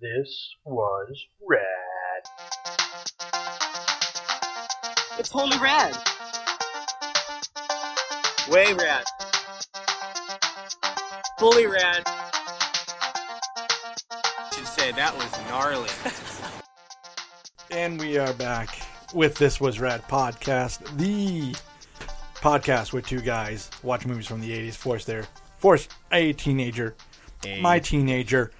This was rad. It's totally rad. Way rad. Fully rad. Should say that was gnarly. And we are back with This Was Rad podcast, the podcast where two guys watch movies from the 80s, force their force a teenager, my teenager,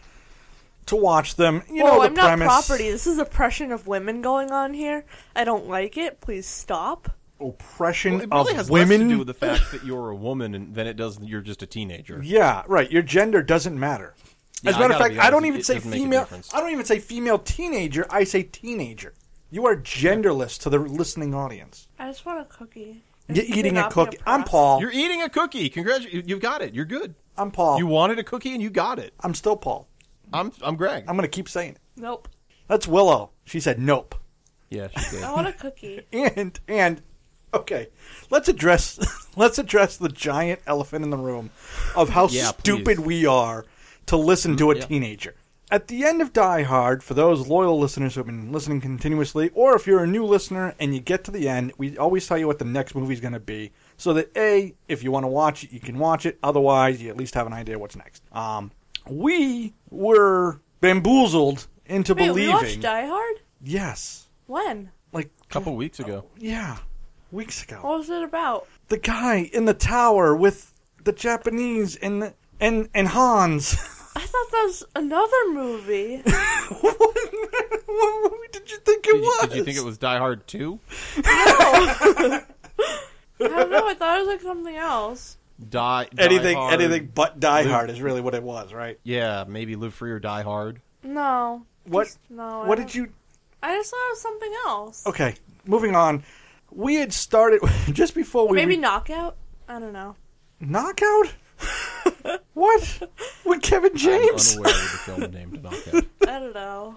to watch them. You Whoa, know the Oh, I'm not premise. property. This is oppression of women going on here. I don't like it. Please stop. Oppression Well, it really of has women. less to do with the fact that you're a woman and than it does that you're just a teenager. Yeah, right. Your gender doesn't matter. Yeah, As a matter I of gotta fact, be I don't honest, even it say doesn't make a female. difference. I don't even say female teenager. I say teenager. You are genderless to the listening audience. I just want a cookie. You're eating a not being cookie. I'm oppressed. Paul. You're eating a cookie. Congratulations, you got it. You're good. I'm Paul. You wanted a cookie and you got it. I'm still Paul. I'm I'm Greg. I'm going to keep saying it. Nope. That's Willow. She said nope. yeah, she's good. I want a cookie. And and okay, let's address let's address the giant elephant in the room of how Yeah, please. Mm, stupid we are to listen to a teenager. At the end of Die Hard, for those loyal listeners who've been listening continuously, or if you're a new listener and you get to the end, we always tell you what the next movie's going to be, so that a if you want to watch it, you can watch it. Otherwise, you at least have an idea what's next. Um, we were bamboozled into Wait, we believing. watched Die Hard? yes, When? like A couple weeks ago. yeah, weeks ago What was it about? the guy in the tower with the Japanese and the, and and Hans. I thought that was another movie. what, what movie did you think it Did you, was? did you think it was Die Hard 2? I don't know. I thought it was like something else. Die, Die anything? Hard. Anything but Die Hard is really what it was, right? Yeah, maybe Live Free or Die Hard. No. What? Just- no. I What don't- did you? I just thought it was something else. Okay, moving on. We had started just before we Maybe re- Knockout? I don't know. knockout. what with Kevin James? I'm unaware of the film named Knockout. I don't know.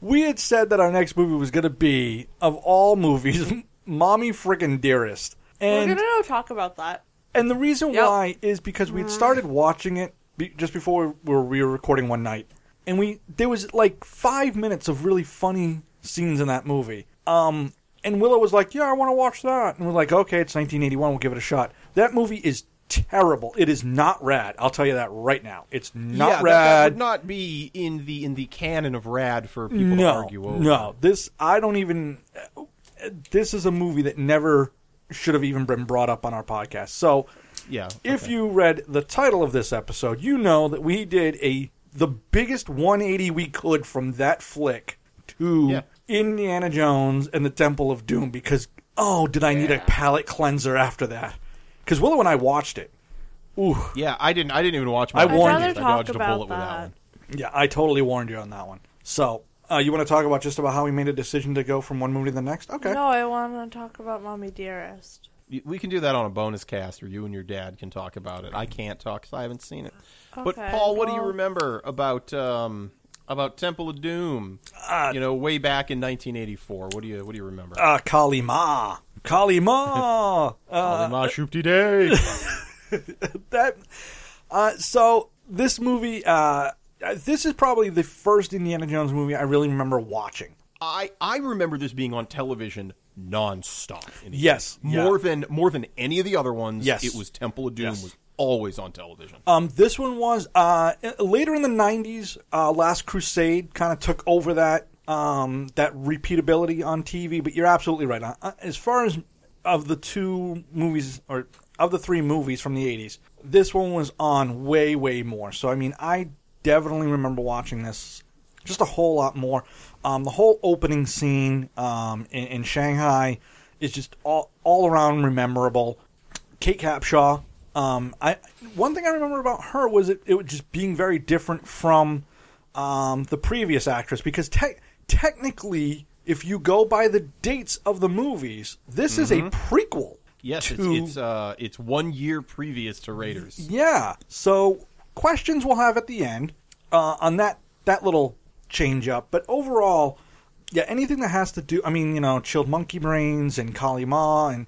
We had said that our next movie was going to be of all movies, "Mommy Frickin' Dearest," and We're gonna talk about that. And the reason Yep. why is because we'd started watching it be- just before we were, we were recording one night, and we there was like five minutes of really funny scenes in that movie. Um, and Willow was like, "Yeah, I want to watch that," and we're like, "Okay, it's 1981. We'll give it a shot." That movie is terrible. It is not rad. I'll tell you that right now. It's not yeah, that- That, rad. would not be in the in the canon of rad for people no, to argue over. no. This I don't even. This is a movie that never should have even been brought up on our podcast. So Yeah. if okay. you read the title of this episode, you know that we did a the biggest 180 we could from that flick to Yeah. Indiana Jones and the Temple of Doom because oh, did I need a palate cleanser after that? Because Willow and I watched it. Ooh, Yeah, I didn't I didn't even watch I my warned I'd you. rather I talk dodged a about bullet with that that. one. yeah, I totally warned you on that one. So. Uh, you want to talk about just about how we made a decision to go from one movie to the next? Okay. No, I want to talk about Mommy Dearest. You- We can do that on a bonus cast, or you and your dad can talk about it. I can't talk because I haven't seen it. but Okay, Paul, what do you well- remember about um, about Temple of Doom? Uh, you know, way back in 1984. What do you What do you remember? Uh, Kali Ma. Kali Ma. uh, Holy Ma Shoopty Day. that uh, so this movie uh, this is probably the first indiana jones movie i really remember watching I I remember this being on television nonstop. In the Yes, 80s. yeah. more than more than any of the other ones. Yes. it was Temple of Doom Yes. was always on television. um, this one was uh, later in the 90s uh, last crusade kind of took over that um, that repeatability on tv but you're absolutely right Uh, as far as of the two movies or of the three movies from the 80s this one was on way way more so i mean i definitely remember watching this just a whole lot more. Um, the whole opening scene um, in, in Shanghai is just all, all around memorable. Kate Capshaw. Um, I one thing I remember about her was it, it was just being very different from um, the previous actress because te- technically, if you go by the dates of the movies, this is a prequel. Mm-hmm. Yes, it's to- it's, uh, it's one year previous to Raiders. yeah. So questions we'll have at the end uh, on that that little change up. But overall, yeah, anything that has to do, I mean, you know, chilled monkey brains and Kali Ma and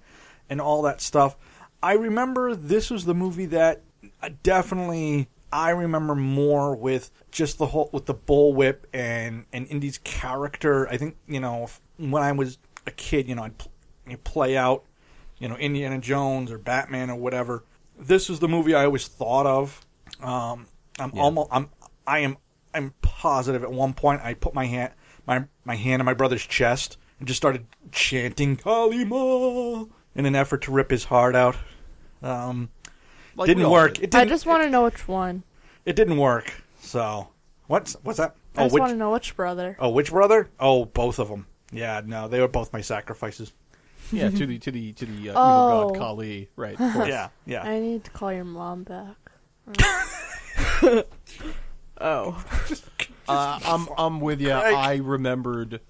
and all that stuff. I remember this was the movie that uh, definitely I remember more with just the whole with the bullwhip and and Indy's character. I think you know if- when I was a kid, you know, I'd pl- you play out, you know, Indiana Jones or Batman or whatever. This was the movie I always thought of. Um, I'm almost I'm I am I'm positive at one point I put my hand my my hand on my brother's chest and just started chanting Kalima in an effort to rip his heart out. Um, Like we didn't all work. did. It I didn't, just want to know which one. it didn't work. So what's what's that? I Oh, just which want to know which brother. oh which brother? Oh, both of them. Yeah, no, they were both my sacrifices. Yeah, to the to the to the uh, evil Oh. god Kali, right? of course. Yeah, yeah. I need to call your mom back. Oh. Uh, I'm I'm with you. I remembered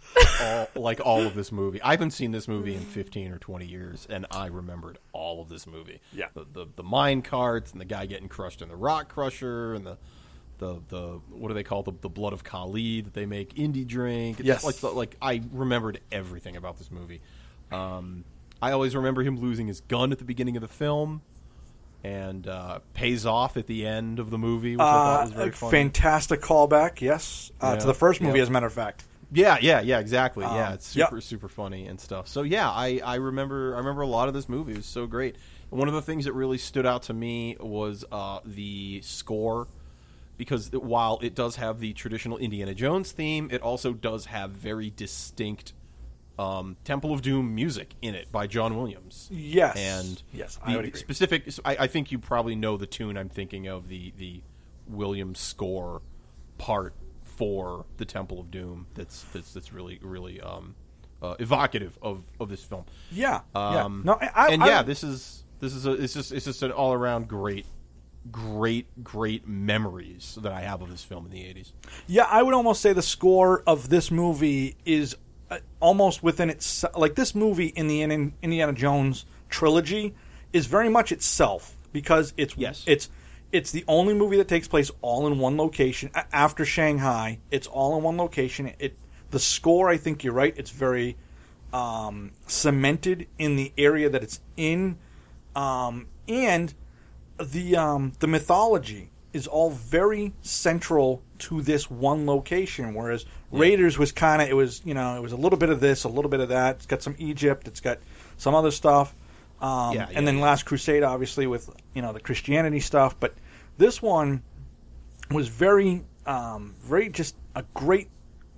all, like all of this movie. I haven't seen this movie in 15 or 20 years, and I remembered all of this movie. Yeah. the the, the mine carts and the guy getting crushed in the rock crusher and the. The, the what do they call the the blood of Kali that they make indie drink? It's Yes. like like I remembered everything about this movie. Um, I always remember him losing his gun at the beginning of the film, and uh, pays off at the end of the movie, which I thought Uh, was very funny. fantastic callback. Yes, uh, Yeah, to the first movie, yeah. as a matter of fact. Yeah, yeah, yeah, exactly. yeah, it's yeah. super, super funny and stuff. So yeah, I, I remember I remember a lot of this movie. It was so great. One of the things that really stood out to me was uh, the score, because it- while it does have the traditional Indiana Jones theme, it also does have very distinct um, Temple of Doom music in it by John Williams. Yes, and yes, the I would agree. specific. I, I think you probably know the tune I'm thinking of the the Williams score part for the Temple of Doom. That's that's that's really really um, uh, evocative of of this film. Yeah, yeah. Um, No, I- I- and I- yeah, this is this is a, it's just it's just an all around great, great, great memories that I have of this film in the '80s. Yeah, I would almost say the score of this movie is uh, almost within its like this movie in the Indian- Indiana Jones trilogy is very much itself because it's Yes. it's it's the only movie that takes place all in one location A- after Shanghai. It's all in one location. It the score, I think you're right. It's very um, cemented in the area that it's in, um, and the um, the mythology is all very central to this one location. Whereas Raiders was kind of it was you know it was a little bit of this, a little bit of that. It's got some Egypt. It's got some other stuff. Um, Yeah, yeah, and then yeah. Last Crusade, obviously, with you know the Christianity stuff. But this one was very, um, very just a great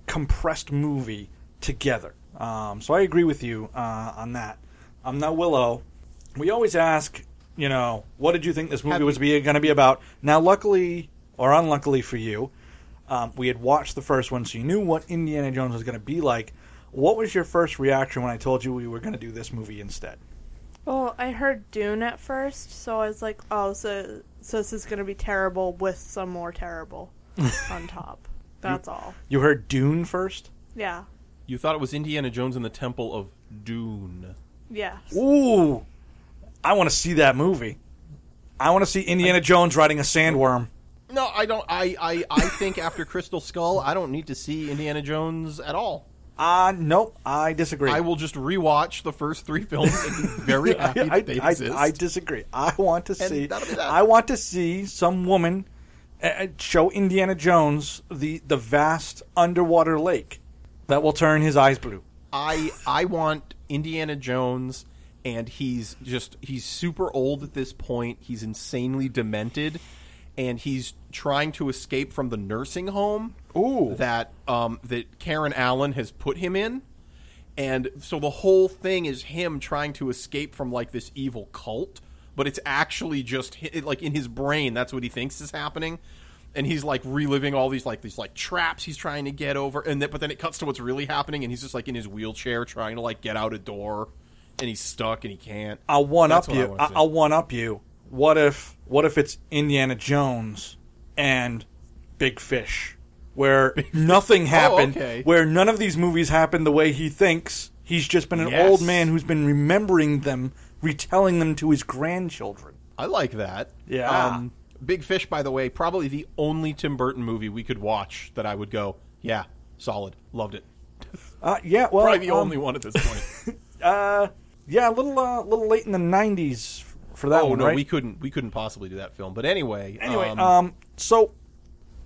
compressed movie together. Um, so I agree with you uh, on that. Um, now Willow, we always ask, you know, what did you think this movie was be, going to be about? Now, luckily or unluckily for you, um, we had watched the first one, so you knew what Indiana Jones was going to be like. What was your first reaction when I told you we were going to do this movie instead? Well, I heard Dune at first, so I was like, oh, so, so this is going to be terrible with some more terrible on top. That's all. You heard Dune first. Yeah. You thought it was Indiana Jones and the Temple of Dune. Yeah. Ooh, I want to see that movie. I want to see Indiana Jones riding a sandworm. No, I don't. I, I, I think after Crystal Skull, I don't need to see Indiana Jones at all. Uh, nope, I disagree. I will just rewatch the first three films and be very happy I, that they I- exist. I disagree. I want to see. that'll be that. I want to see some woman uh, uh, show Indiana Jones the the vast underwater lake that will turn his eyes blue. I I want Indiana Jones, and he's just he's super old at this point. He's insanely demented, and he's trying to escape from the nursing home Ooh. that um, that Karen Allen has put him in. And so the whole thing is him trying to escape from like this evil cult, but it's actually just hi- it, like in his brain that's what he thinks is happening. And he's like reliving all these like these like traps he's trying to get over and then but then it cuts to what's really happening and he's just like in his wheelchair trying to like get out a door and he's stuck and he can't. I'll one That's up what I you. wanna I see. I'll one up you. What if what if it's Indiana Jones and Big Fish, where nothing happened, Oh, okay. where none of these movies happened the way he thinks. He's just been an Yes. old man who's been remembering them, retelling them to his grandchildren. I like that. Um, Yeah. Big Fish, by the way, probably the only Tim Burton movie we could watch that I would go, yeah, solid, loved it. Uh, yeah, well, Probably the um, only one at this point. Yeah, a little, uh, little late in the '90s for that oh one, no, right? we couldn't, we couldn't possibly do that film. But anyway, anyway, um, um, So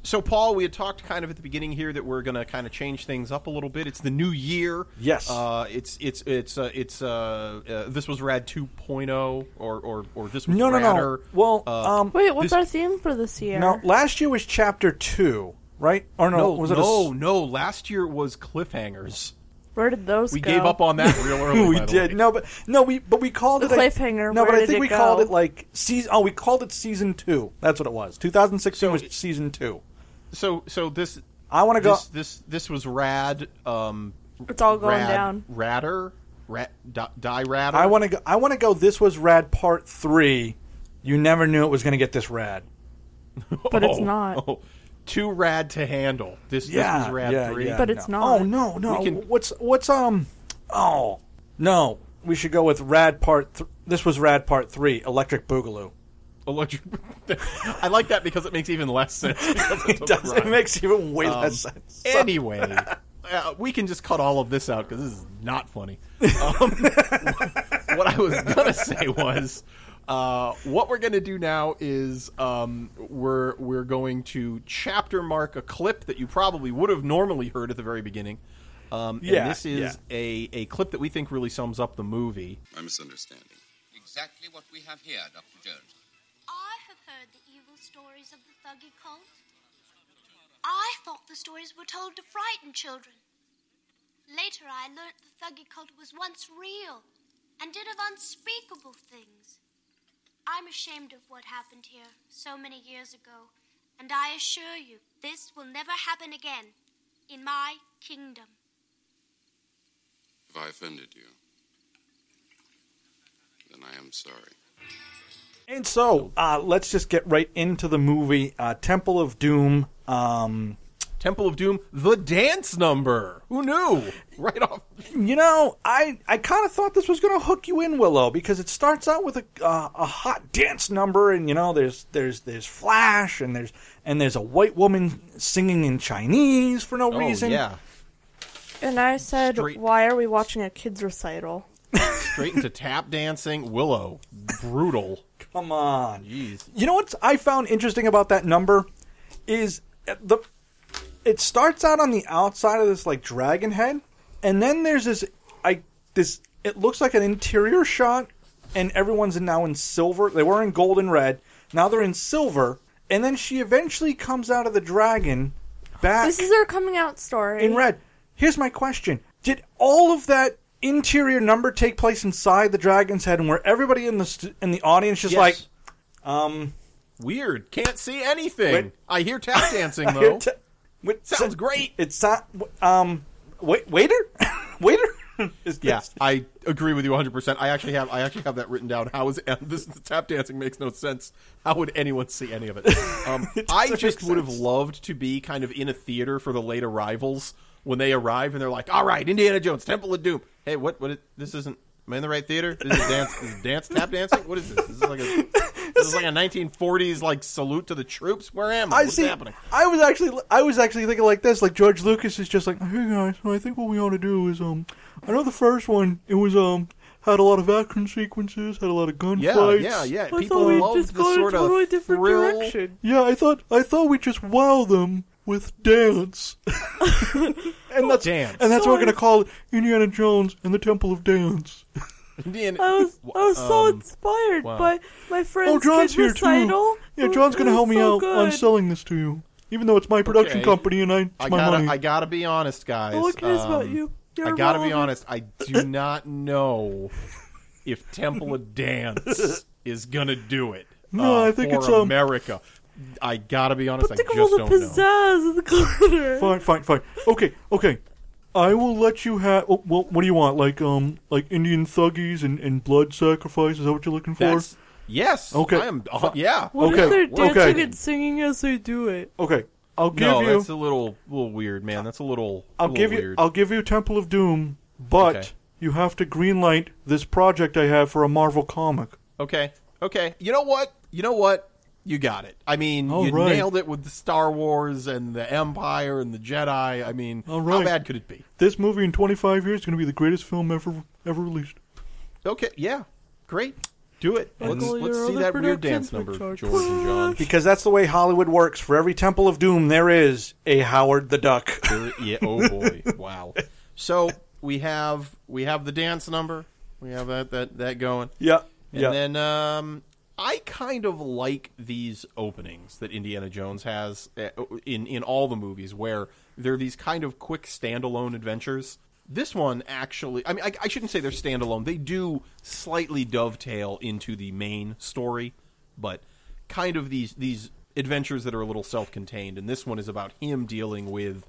So, Paul, we had talked kind of at the beginning here that we're going to kind of change things up a little bit. It's the new year. Yes. Uh, it's it's it's uh, it's uh, uh, this was Rad 2.0 or or or this was no, no, no. Radder. Well, Uh, um, Wait, what's This- our theme for this year? now last year was chapter two, right? Or no, no, was it? no, a, s- no. Last year was cliffhangers. Where did those We go? gave up on that real early. we by the did way. no, but no, we but we called The it a- cliffhanger, No, but where I did think it we called go? it like season. Oh, we called it season two. That's what it was. 2016 So was it- season two. So so this I want to go. this, this this was Rad. Um, It's all going Rad- down. Radder, Rat, di, die Radder. I want to go. I want to go. This was rad part three. You never knew it was going to get this rad. But it's not. Oh. too rad to handle. This, yeah, this was Rad yeah, Three. yeah, But it's no. not. Oh no, no. We can- What's what's um? Oh no, we should go with Rad Part. Th- this was Rad Part Three, Electric Boogaloo. Electric. I like that because it makes even less sense. because it doesn't Does, it rhyme. makes even way Oh, Um, less sense. Anyway, uh, we can just cut all of this out because this is not funny. Um, what I was gonna say was, uh, what we're gonna do now is um, we're we're going to chapter mark a clip that you probably would have normally heard at the very beginning. Um, Yeah, and this is yeah. a, a clip that we think really sums up the movie. My misunderstanding. Exactly what we have here, Dr. Jones. I have heard the evil stories of the thuggy cult. I thought the stories were told to frighten children. Later, I learnt the thuggy cult was once real and did of unspeakable things. I'm ashamed of what happened here so many years ago, and I assure you, this will never happen again in my kingdom. If I offended you, then I am sorry. And so, uh, let's just get right into the movie. Uh, Temple of Doom. Um, Temple of Doom, the dance number. Who knew? Right off. you know, I I kind of thought this was going to hook you in, Willow, because it starts out with a uh, a hot dance number, and you know, there's there's there's flash, and there's and there's a white woman singing in Chinese for no reason. Oh, yeah. And I said, Straight- why are we watching a kids recital? Straight into tap dancing. Willow. Brutal. Come on. Jeez. You know what I found interesting about that number is the it starts out on the outside of this like dragon head, and then there's this I this it looks like an interior shot, and everyone's now in silver. They were in gold and red. Now they're in silver, and then she eventually comes out of the dragon back This is our coming out story. in red. Here's my question: Did all of that interior number take place inside the dragon's head, and where everybody in the st- in the audience just Yes. like? um, Weird. Can't see anything. Wait. I hear tap dancing, Here, though. t- wait, Sounds so- great. It's not. Um, wait, waiter, waiter. Is yeah, this- I agree with you 100%. I actually have I actually have that written down. How is this the tap dancing makes no sense. How would anyone see any of it? Um, I just would have loved to be kind of in a theater for the late arrivals when they arrive and they're like, "All right, Indiana Jones, Temple of Doom." Hey, what what is, this isn't Am I in the right theater? This is dance, this is dance tap dancing. What is this? This is like a this is like a 1940s like salute to the troops. Where am I? I What's see. happening? I was actually, I was actually thinking like this. Like George Lucas is just like, hey guys, I think what we ought to do is, um, I know the first one, it was, um, had a lot of action sequences, had a lot of gunfights. Yeah, yeah, yeah. I People thought we'd love Oh, just the go in a sort of totally different thrill. direction. Yeah, I thought, I thought we'd just wow them with dance. and that's Oh, Dance. and that's what we're gonna call it, Indiana Jones and the Temple of Dance. Indiana. I was, I was so Um, inspired wow. by my friend's Oh, John's kid here recital. too. Yeah, It John's was- going to it help was me so out on good. selling this to you, even though it's my production Okay. company and I it's I my gotta, money. I gotta be honest, guys. All I care is about you. You're Um, I gotta be honest. irrelevant. I do not know if Temple of Dance is gonna do it. No, uh, I think for it's, um, America. I gotta be honest. I Think just of all the don't know. pizzazz of the glitter. fine, fine, fine. Okay, okay. I will let you have. Oh, well, what do you want? Like, um, like Indian thuggies and, and blood sacrifice? Is that what you're looking for? That's, yes. Okay. I am. uh, yeah. What if Okay, they're dancing okay. and singing as they do it? Okay, I'll give no, you. that's a little, little weird, man. That's a little. I'll little give you. weird. I'll give you Temple of Doom, but Okay. you have to greenlight this project I have for a Marvel comic. Okay. Okay. You know what? You know what? You got it. I mean, All you right. nailed it with the Star Wars and the Empire and the Jedi. I mean, All how right. bad could it be? This movie in 25 years is going to be the greatest film ever ever released. Okay. Yeah. Great. Do it. Let's, Michael, let's your see other that weird productions dance were number, George George and John. Because that's the way Hollywood works. For every Temple of Doom, there is a Howard the Duck. There- yeah. Oh boy. Wow. So we have we have the dance number. We have that that that going. yeah. And Yeah. then um, I kind of like these openings that Indiana Jones has uh, in in all the movies, where they're these kind of quick standalone adventures. This one actually, I mean, I, I shouldn't say they're standalone. They do slightly dovetail into the main story, but kind of these these adventures that are a little self-contained. And this one is about him dealing with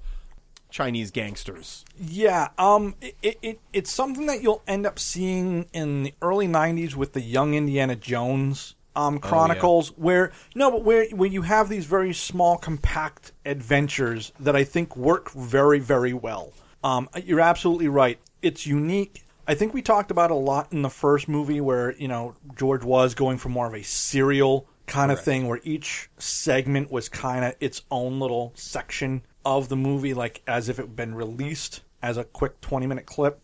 Chinese gangsters. Yeah, um, it, it, it it's something that you'll end up seeing in the early '90s with the Young Indiana Jones um, Chronicles, where no, but where where you have these very small, compact adventures that I think work very, very well. Um, you're absolutely right. It's unique. I think we talked about a lot in the first movie where you know George was going for more of a serial kind of thing where each segment was kind of its own little section of the movie, like as if it had been released as a quick 20 minute clip.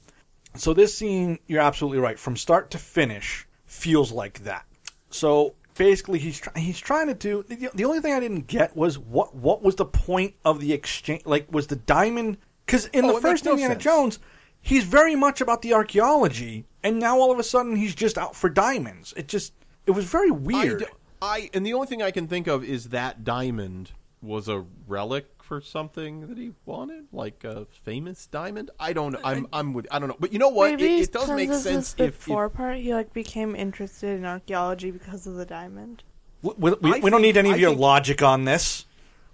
So, this scene, you're absolutely right, from start to finish feels like that. So, basically, he's, try- he's trying to do the, the only thing I didn't get was what, what was the point of the exchange? Like, was the diamond because in Oh, the it makes first no Indiana sense. Jones, he's very much about the archaeology, and now all of a sudden he's just out for diamonds. It just it was very I weird. d- I- and the only thing I can think of is that diamond was a relic for something that he wanted, like a famous diamond. I don't. I'm. I'm with. I don't know. But you know what? It, Maybe it does because make of the sense Spit if, if four part he like became interested in archaeology because of the diamond. We, we, we I don't need think- any of I your think- logic on this.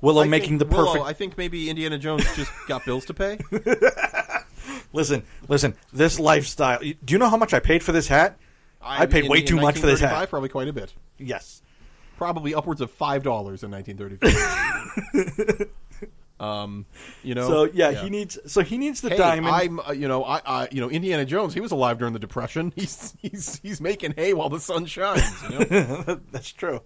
Willow I think- making the Willow, perfect. I think maybe Indiana Jones just got bills to pay. Listen, listen. This lifestyle. Do you know how much I paid for this hat? I, I'm paid in way the- too in much for this 1935, hat. Probably quite a bit. Yes. Probably upwards of five dollars in 1935. um, you know. So yeah, he needs. So he needs the hey, diamond. I'm, uh, you know, I, I, you know, Indiana Jones. He was alive during the Depression. He's, he's, he's making hay while the sun shines. You know. That's true.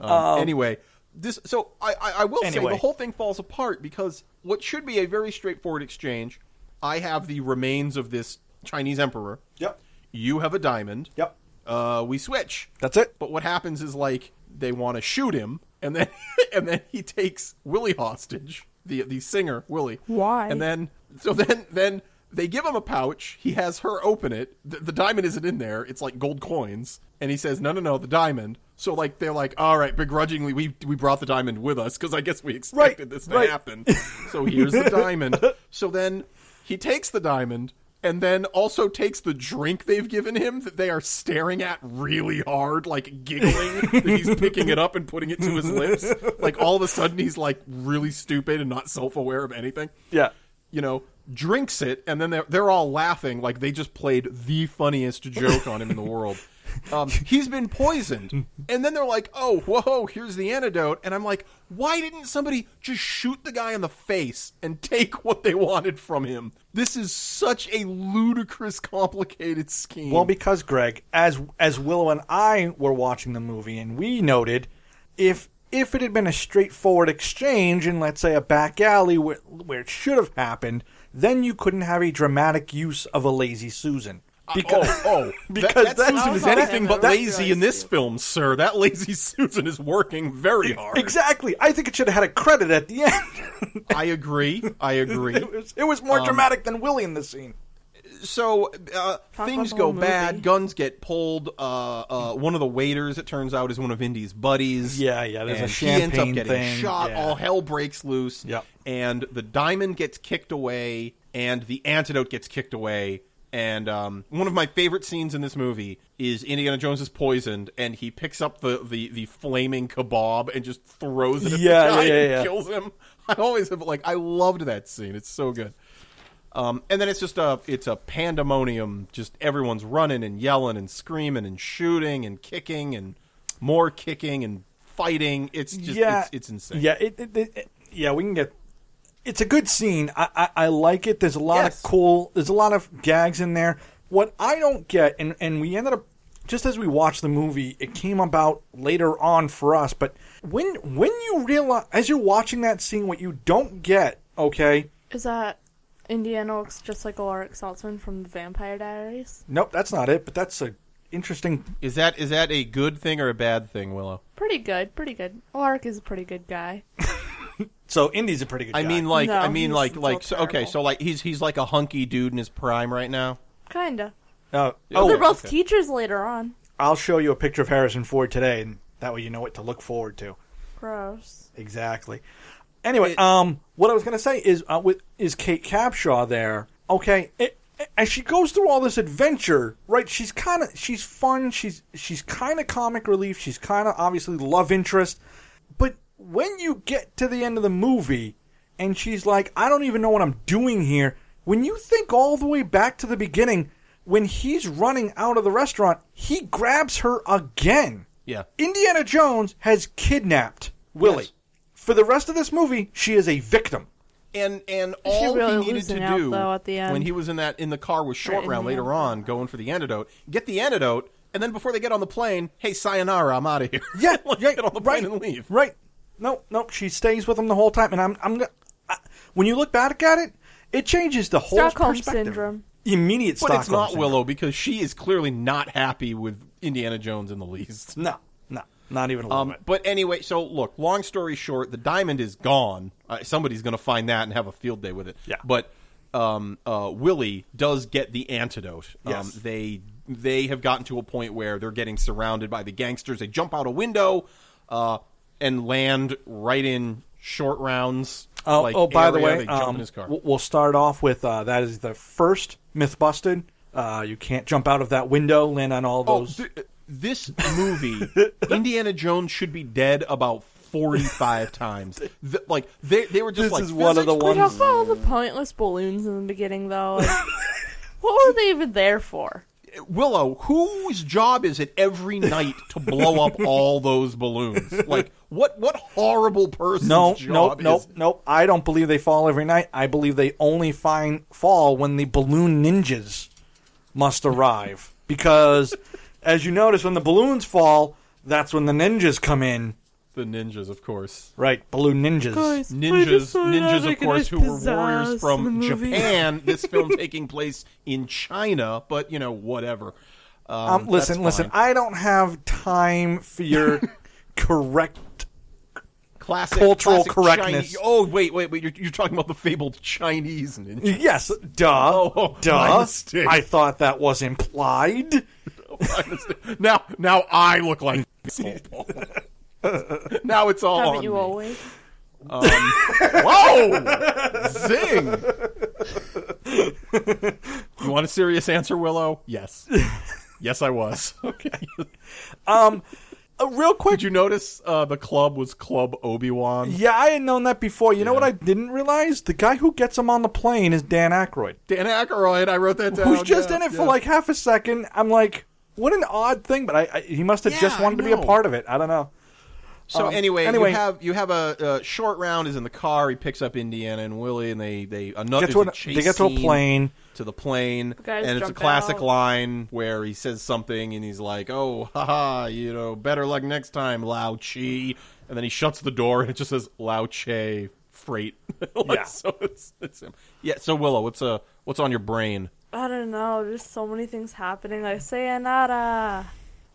Um, anyway, this. So I, I, I will say Anyway. the whole thing falls apart because what should be a very straightforward exchange. I have the remains of this Chinese emperor. Yep. You have a diamond. Yep. Uh, we switch. That's it. But what happens is like they want to shoot him, and then and then he takes Willie hostage, the the singer Willie. Why? And then so then then they give him a pouch. He has her open it. The, the diamond isn't in there. It's like gold coins, and he says, "No, no, no, the diamond." So like they're like, "All right, begrudgingly, we we brought the diamond with us because I guess we expected this to right. happen." so here's the diamond. So then he takes the diamond. And then also takes the drink they've given him that they are staring at really hard, like giggling. that he's picking it up and putting it to his lips. Like all of a sudden, he's like really stupid and not self aware of anything Yeah. you know, drinks it, and then they're, they're all laughing like they just played the funniest joke on him in the world. Um, he's been poisoned. And then they're like, oh, whoa, here's the antidote. And I'm like, why didn't somebody just shoot the guy in the face and take what they wanted from him? This is such a ludicrous, complicated scheme. Well, because Greg, as as Willow and I were watching the movie, and we noted if if it had been a straightforward exchange in let's say a back alley where where it should have happened, then you couldn't have a dramatic use of a lazy Susan. Because oh, oh, because that- that, that Susan is that- anything but that- lazy in this film, sir. That lazy Susan is working very hard. exactly, I think it should have had a credit at the end. I agree. I agree. it, was, it was more Um, dramatic than Willie in this scene. so uh, about things the go whole movie. bad. Guns get pulled. Uh, uh, one of the waiters, it turns out, is one of Indy's buddies. Yeah, yeah, there's a and he ends up champagne getting thing, shot. yeah. All hell breaks loose. Yep. And the diamond gets kicked away, and the antidote gets kicked away. And um, one of my favorite scenes in this movie is Indiana Jones is poisoned, and he picks up the, the, the flaming kebab and just throws it at Yeah, the guy yeah, and yeah. kills him. I always have like I loved that scene. It's so good. Um, and then it's just a it's a pandemonium. Just everyone's running and yelling and screaming and shooting and kicking and more kicking and fighting. It's just it's, it's insane. Yeah, it, it, it- yeah, we can get. It's a good scene. I, I, I like it. There's a lot Yes. of cool. There's a lot of gags in there. What I don't get, and and we ended up just as we watched the movie, it came about later on for us. But when when you realize as you're watching that scene, what you don't get, okay? Is that Indiana looks just like Ulrich Saltzman from the Vampire Diaries? Nope, that's not it. But that's a interesting. Is that is that a good thing or a bad thing, Willow? Pretty good, pretty good. Lark is a pretty good guy. So Indy's a pretty good. I guy. mean, like, No, I mean, he's like, still like, so, okay, terrible. so like, he's he's like a hunky dude in his prime right now. Kinda. Uh, Oh, They're yeah, oh, both okay. teachers later on. I'll show you a picture of Harrison Ford today, and that way you know what to look forward to. Gross. Exactly. Anyway, um, what I was going to say is, uh, with is Kate Capshaw there? Okay, it, as she goes through all this adventure, right? She's kind of she's fun. She's she's kind of comic relief. She's kind of obviously love interest. But when you get to the end of the movie, and she's like, I don't even know what I'm doing here. When you think all the way back to the beginning, when he's running out of the restaurant, he grabs her again. Yeah. Indiana Jones has kidnapped Willie. Yes. For the rest of this movie, she is a victim. And and all really he needed losing to out, do though, at the end. when he was in that in the car with short in round the later on, going for the antidote, get the antidote, and then before they get on the plane, hey, sayonara, I'm out of here. Yeah, Like, yeah, get on the right, plane and leave. Right? No, no, she stays with him the whole time, and I'm, I'm. go- I, when you look back at it, it changes the whole Stockholm perspective. syndrome. Immediate But Stockholm it's not syndrome. Willow because she is clearly not happy with Indiana Jones in the least. No, no, not even a little Um, bit. but anyway, so look, long story short, the diamond is gone. Uh, somebody's going to find that and have a field day with it. Yeah. But um, uh, Willie does get the antidote. Yes. Um, they they have gotten to a point where they're getting surrounded by the gangsters. They jump out a window uh, and land right in short rounds. Oh, like, oh, by the way, area. they jump um, in his car. w- we'll start off with uh, that is the first myth busted. Uh, you can't jump out of that window, land on all Oh, those. th- this movie, Indiana Jones should be dead about forty-five times. Th- like they, they were just This like is one of the "Physics, But ones- how about all the pointless balloons in the beginning, though? Like, what were they even there for? Willow, whose job is it every night to blow up all those balloons? Like what? What horrible person's No, no, job no, is? no. I don't believe they fall every night. I believe they only find fall when the balloon ninjas must arrive. Because, as you notice, when the balloons fall, that's when the ninjas come in. The ninjas, of course. Right, balloon ninjas. Guys, I just Ninjas, thought I'd ninjas, of recognize course, who were warriors pizzazz from in the movie. Japan. this film taking place in China, but you know, whatever. Um, Um, listen, that's listen. fine. I don't have time for your correct. classic cultural classic correctness. Chinese- Oh wait, wait, wait! You're, you're talking about the fabled Chinese ninja. Yes, duh, Oh, my duh. mistake. I thought that was implied. now, now I look like. now it's all Haven't on you me. always? Oh! Whoa! Zing! you want a serious answer, Willow? Yes. Yes, I was. Okay. Uh, real quick, Did you notice uh, the club was Club Obi Wan? Yeah, I had known that before. You know what I didn't realize? The guy who gets him on the plane is Dan Aykroyd, Dan Aykroyd. I wrote that down. who's just yeah, in it yeah. for like half a second. I'm like, what an odd thing, but I, I he must have Yeah, just wanted to I be a know. part of it. I don't know. So Um, anyway, anyway. you have you have a uh, short round is in the car. He picks up Indiana and Willie, and they they another Get to Oh, there's an, a chase they get to a scene plane. to the plane, guys and it's a jump classic out. line where he says something, and he's like, "Oh, haha, you know, better luck next time, Lao Chi," and then he shuts the door, and it just says Lao Che Freight. like, Yeah. so it's, it's him. Yeah. So Willow, what's uh what's on your brain? I don't know. There's so many things happening. Like sayonara.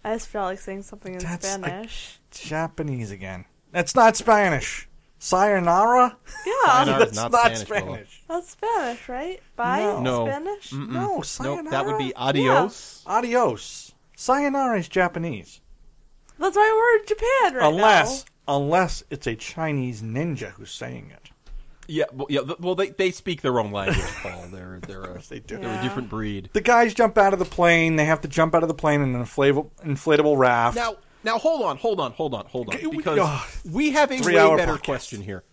I just felt like saying something in That's like- Spanish. Japanese again. That's not Spanish. Sayonara. Yeah, Sayonara That's is not Spanish, Willow. that's Spanish, right? Bye, No. No. Spanish. No, sayonara. Mm. Nope, that would be adios. adios. Sayonara is Japanese, That's why we're in Japan right unless unless it's a Chinese ninja who's saying it. Yeah, well, yeah. th- Well, they they speak their own language, Paul. oh, They're they're a, They do. now. they're a Yeah. different breed. The guys jump out of the plane. They have to jump out of the plane in an inflatable, inflatable raft. Now, now, hold on, hold on, hold on, hold Okay, on, we- because ah, we have a way three-hour better podcast. question here.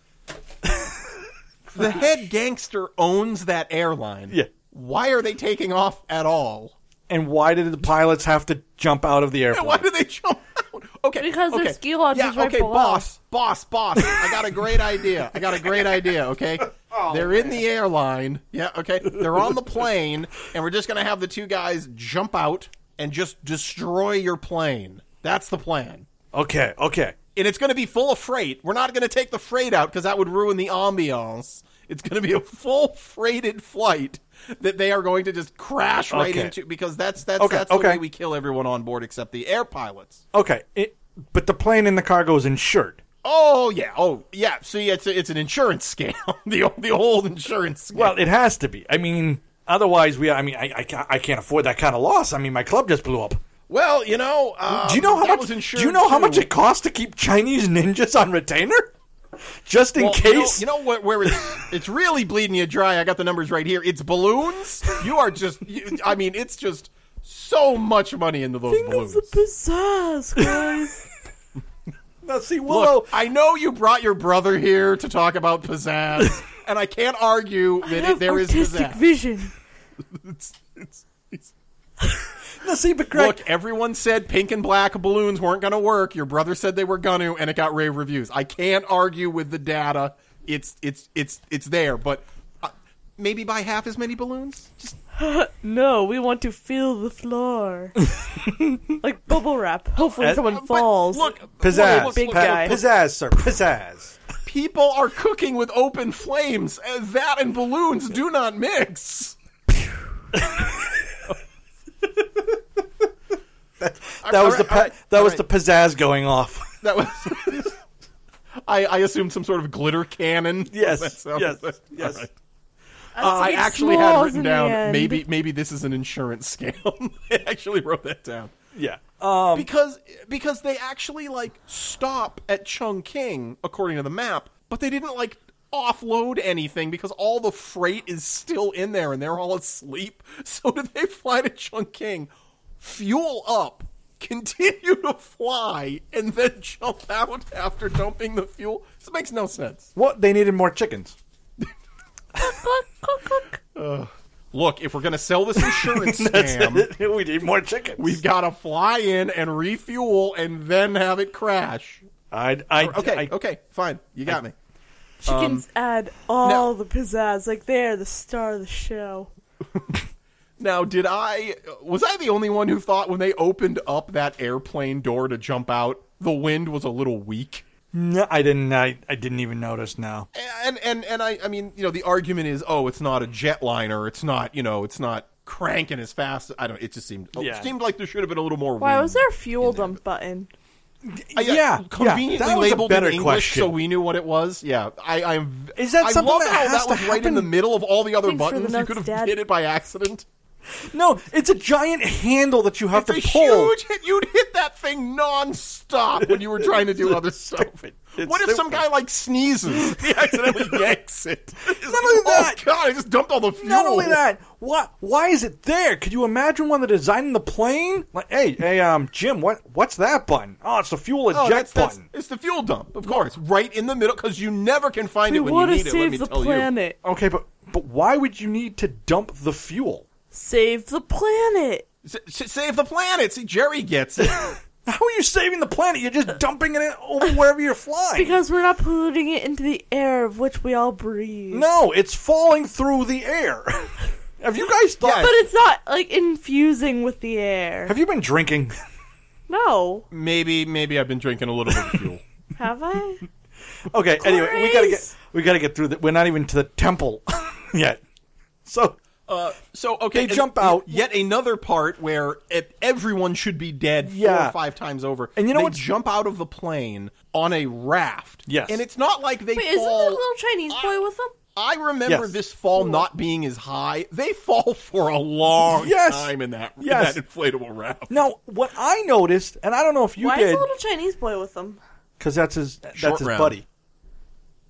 the head gangster owns that airline. Yeah. Why are they taking off at all? and why did the pilots have to jump out of the And airplane? why do they jump out? Okay, Because their okay. ski lodge yeah, is right okay, below. boss, boss, boss. I got a great idea. I got a great idea. Okay, Oh, they're in the airline. Yeah, okay, they're on the plane, and we're just gonna have the two guys jump out and just destroy your plane. That's the plan. okay, okay. and it's going to be full of freight. We're not going to take the freight out because that would ruin the ambiance. It's going to be a full freighted flight that they are going to just crash right Okay. into because that's that's Okay, that's the okay. way we kill everyone on board except the air pilots. Okay, it, but the plane and the cargo is insured. Oh yeah, oh yeah. See, it's a, it's an insurance scam. the old, the old insurance scam. Well, it has to be. I mean, otherwise we. I mean, I, I, can't, I can't afford that kind of loss. I mean, my club just blew up. well, you know. Um, Do you know how that much? was Do insured you know how too. much it costs to keep Chinese ninjas on retainer? Just in Well, you know- case. You know, where, where it's, it's really bleeding you dry. I got the numbers right here. It's balloons. You are just. You, I mean, it's just so much money into those balloons. Pizzazz, guys. Now, see, Look, Willow. I know you brought your brother here to talk about pizzazz, and I can't argue that it, there is artistic pizzazz. vision. now, see, but Greg, Look, everyone said pink and black balloons weren't going to work. Your brother said they were going to, and it got rave reviews. I can't argue with the data. It's it's it's it's there, but uh, maybe buy half as many balloons. Just No, we want to feel the floor. like bubble wrap. Hopefully Uh, someone but falls. Look, pizzazz, look, Big look, Pa- guy. pizzazz, sir, pizzazz. people are cooking with open flames. Uh, That and balloons do not mix. That was the All right, all pa- right, that all was right. the pizzazz going off. That was. I, I assumed some sort of glitter cannon. Yes, That sounds- yes, all yes. right. Uh, I It's actually had laws written in the down end. maybe maybe this is an insurance scam. I actually wrote that down yeah. because because they actually like stop at Chongqing according to the map, but they didn't like offload anything because all the freight is still in there and they're all asleep. So did they fly to Chongqing, fuel up, continue to fly, and then jump out after dumping the fuel? This makes no sense. What they needed more chickens. Look, if we're gonna sell this insurance That's scam. it. We need more chickens. We've got to fly in and refuel and then have it crash. I, I, Okay, I- okay, fine. You got me. Um, Chickens add all the pizzazz. Like they're the star of the show. Now, did I was I the only one who thought when they opened up that airplane door to jump out, the wind was a little weak? No, I didn't. I, I didn't even notice. Now, And and and I I mean, you know, the argument is, oh, it's not a jetliner, it's not, you know, it's not cranking as fast. I don't. It just seemed oh, Yeah. it seemed like there should have been a little more. Why wind. was there a fuel dump button? I- Uh, Yeah, yeah, conveniently that was a labeled better in English question. so we knew what it was. Yeah, I, I'm. Is that I something love that how has that was to right in happen? the middle of all the other Thanks for buttons. the you could have notes, Dad. hit it by accident. no, it's a giant handle that you have It's a to pull. huge hit. You'd hit that thing non-stop when you were trying to do other stuff. It's what if some stupid. guy like sneezes? He accidentally yanks it. It's Not only that- oh god! I just dumped all the fuel. Not only that, why why is it there? Could you imagine when they're designing the plane? Like, hey, hey, um, Jim, what what's that button? Oh, it's the fuel Oh, eject that's, that's- button. it's the fuel dump, of course, right in the middle, because you never can find We it when you want to need it. Let save me the tell you. planet. Okay, but but why would you need to dump the fuel? Save the planet. S- s- save the planet. See, Jerry gets it. How are you saving the planet? You're just dumping it in- over wherever you're flying. Because we're not polluting it into the air of which we all breathe. no, it's falling through the air. have you guys thought? Yeah. But it's not like infusing with the air. have you been drinking? No, maybe, maybe I've been drinking a little bit of fuel. have I? Okay. Anyway, we gotta get Christ. we gotta get through that. We're not even to the temple yet. So So okay, They and jump out. Yet another part where it, everyone should be dead four Yeah. or five times over, And you know they what's- jump out of the plane on a raft. Yes. and it's not like they Wait, isn't fall. there a little Chinese boy with them? I remember Yes. this fall not being as high. They fall for a long Yes. time in that, in Yes. that inflatable raft. now, what I noticed, and I don't know if you Why is did, a little Chinese boy with them? because that's his Short that's his round. buddy.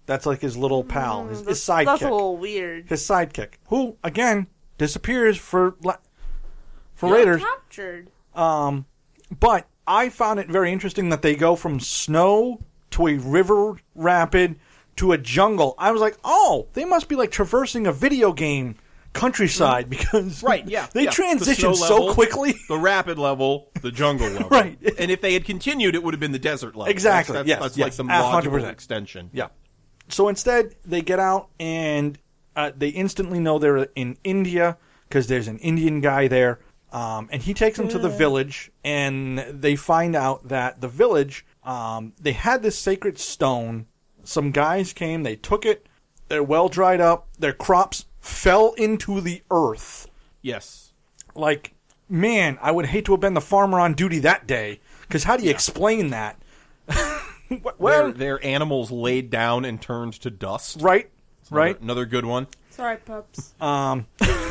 That's like his little pal, his, his sidekick, That's a little weird. his sidekick, who again disappears for la- for They were Raiders. captured. But I found it very interesting that they go from snow to a river rapid to a jungle. I was like, oh, they must be like traversing a video game countryside because Mm-hmm. Right, yeah. they yeah. transition The snow so level, quickly. The rapid level, the jungle level. Right. And if they had continued, it would have been the desert level. Exactly, That's, that's, yes, that's yes, like some a hundred logical percent. extension. Yeah. So instead, they get out and uh, they instantly know they're in India because there's an Indian guy there. Um, and he takes them to the village, and they find out that the village um, they had this sacred stone. Some guys came, they took it, Their well dried up. Their crops fell into the earth. Yes. Like, man, I would hate to have been the farmer on duty that day. Because how do you explain that? Wh- Their, well, their animals laid down and turned to dust. right, right. Another, another good one. Sorry, pups. Um,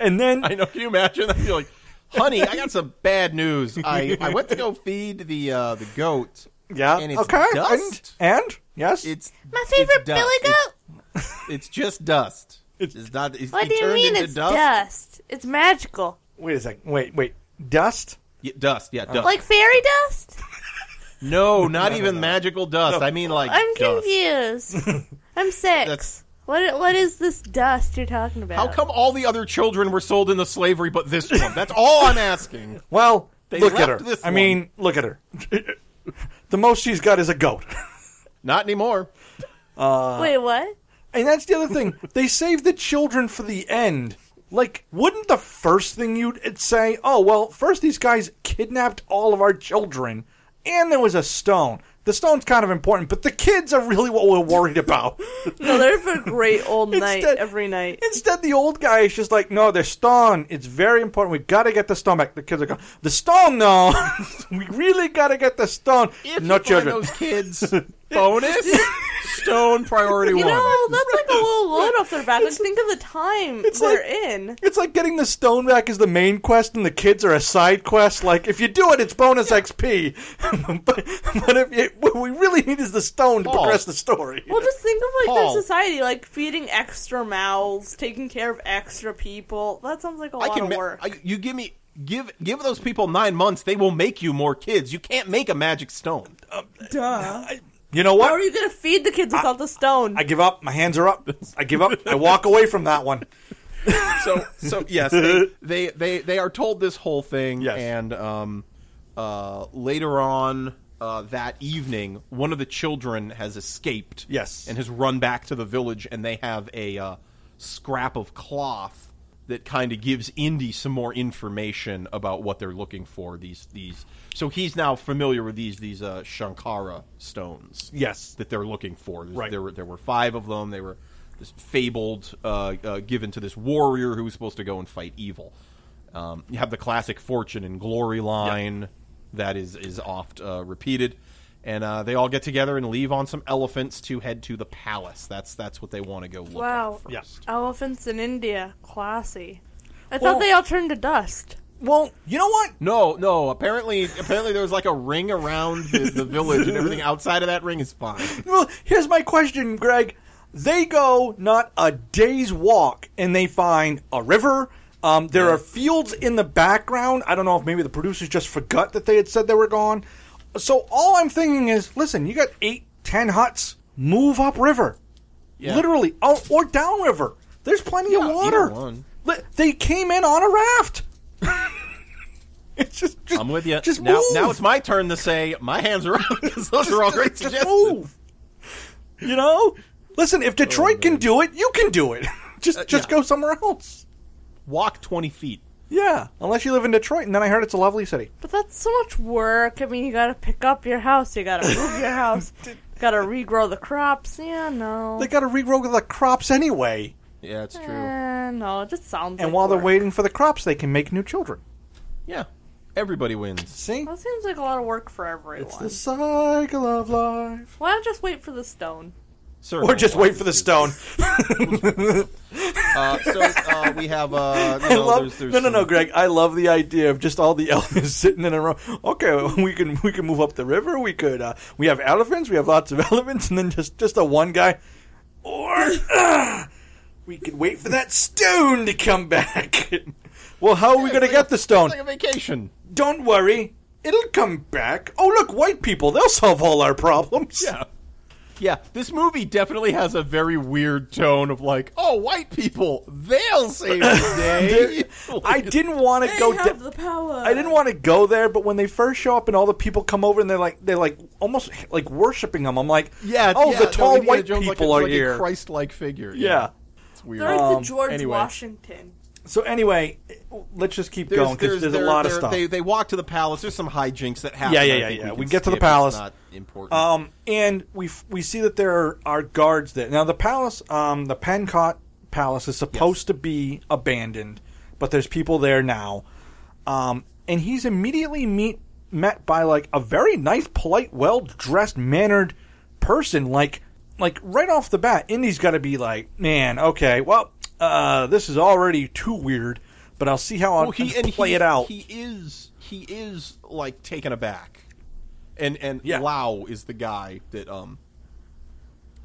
And then I know. Can you imagine? I'd be like, honey, I got some bad news. I, I went to go feed the uh, the goat. Yeah. And it's okay. dust. And, and yes, It's My favorite dust. It's- Billy Goat. It's just dust. It's- It's, not. It's, What it do you turned mean into it's dust. dust? It's magical. wait a second. Wait, wait. Dust. Yeah, dust. Uh, Yeah, dust. Like fairy dust? no, not even magical dust. I mean, like I'm dust. confused. I'm six. That's- What what is this dust you're talking about? How come all the other children were sold into slavery, but this one? That's all I'm asking. Well, They look at her. left this I mean, look at her. the most she's got is a goat. Not anymore. Wait, what? And that's the other thing. they save the children for the end. Like, wouldn't the first thing you'd say, oh, well, first these guys kidnapped all of our children, and there was a stone. The stone's kind of important, but the kids are really what we're worried about. No, they're for a great old night Instead- every night. Instead, the old guy is just like, no, the stone. It's very important. We got to get the stone back. The kids are going, the stone, no. we really got to get the stone. no If you find children. those kids. Bonus stone priority You one. know, that's like a little load off their back. Like, think of the time they're in. It's like getting the stone back is the main quest and the kids are a side quest. Like, if you do it, it's bonus XP. but but if you, what we really need is the stone to Paul. progress the story. Well, just think of like Paul. their society, like feeding extra mouths, taking care of extra people. That sounds like a I lot can. of ma- work. I, you give me. Give give those people nine months. They will make you more kids. You can't make a magic stone. Duh. You know How are what? you gonna feed the kids without the stone? I give up. My hands are up. I give up. I walk away from that one. so so yes they, they they they are told this whole thing Yes. and um uh later on uh that evening one of the children has escaped Yes. and has run back to the village and they have a uh scrap of cloth that kind of gives Indy some more information about what they're looking for these these so he's now familiar with these these uh Shankara stones Yes. that they're looking for. There's- Right. There were there were five of them. They were this fabled, uh, uh, given to this warrior who was supposed to go and fight evil. Um, you have the classic fortune and glory line that is is oft uh, repeated, and uh, they all get together and leave on some elephants to head to the palace. That's that's what they want to go look Wow. at Yeah. first. Elephants in India, classy. I Well- thought they all turned to dust. Well, you know what? No, no. Apparently, apparently there was like a ring around the, the village, and everything outside of that ring is fine. Well, here's my question, Greg. They go not a day's walk and they find a river. Um, there are fields in the background. I don't know if maybe the producers just forgot that they had said they were gone. So all I'm thinking is, listen, you got eight, ten huts. Move up river, Yeah. literally, oh, or down river. There's plenty Yeah, of either water. one. Li- They came in on a raft. it's just, just, I'm with you. Just now, move. now it's my turn to say my hands are up because those are all great Just suggestions. move. You know? Listen, if Detroit can do it, you can do it. just just yeah. go somewhere else. Walk 20 feet. Yeah, unless you live in Detroit, and then I heard it's a lovely city. But that's so much work. I mean, you gotta pick up your house, you gotta move your house, gotta regrow the crops. Yeah, no. They got to regrow the crops anyway, Yeah, it's true. Eh, no, it just sounds. and like while they're work. waiting for the crops, they can make new children. Yeah. Everybody wins. See, that seems like a lot of work for it's everyone. the cycle of life. Why not just wait for the stone? Sir, Or just wait for the stone. Uh, so uh, we have. Uh, you I know, love there's, there's no, no, no, some- Greg. I love the idea of just all the elephants sitting in a row. Okay, we can we can move up the river. We could uh, we have elephants. We have lots of elephants, and then just just a one guy. Or uh, we could wait for that stone to come back. well, how are we going to get the stone? It's like a vacation. Don't worry, it'll come back. Oh, look, white people. They'll solve all our problems. Yeah. Yeah, this movie definitely has a very weird tone of like, oh, white people, they'll save the day. I didn't want to go. da- the power. I didn't want to go there, but when they first show up and all the people come over and they're like, they're like almost like worshiping them. I'm like, yeah, oh, yeah, the no, tall Indiana white Jones, like, people it's are like here. Christ like figure. yeah. It's weird. They're like the George anyway. Washington. So anyway, let's just keep going because there's, a there- lot of there- stuff. They, they walk to the palace. There's some hijinks that happen. Yeah, yeah, I yeah, think yeah. can We get to the skip. It's palace. not important. Um, and we f- we see that there are, are guards there. Now the palace, um, the Pencott Palace is supposed to be abandoned, but there's people there now. Um, and he's immediately meet met by like a very nice, polite, well dressed, mannered person. Like like right off the bat, Indy's got to be like, man, okay, well, uh, this is already too weird. But I'll see how I'll Well, oh, he and play he, it out. He is he is like taken aback, and and Yeah. Lau is the guy that um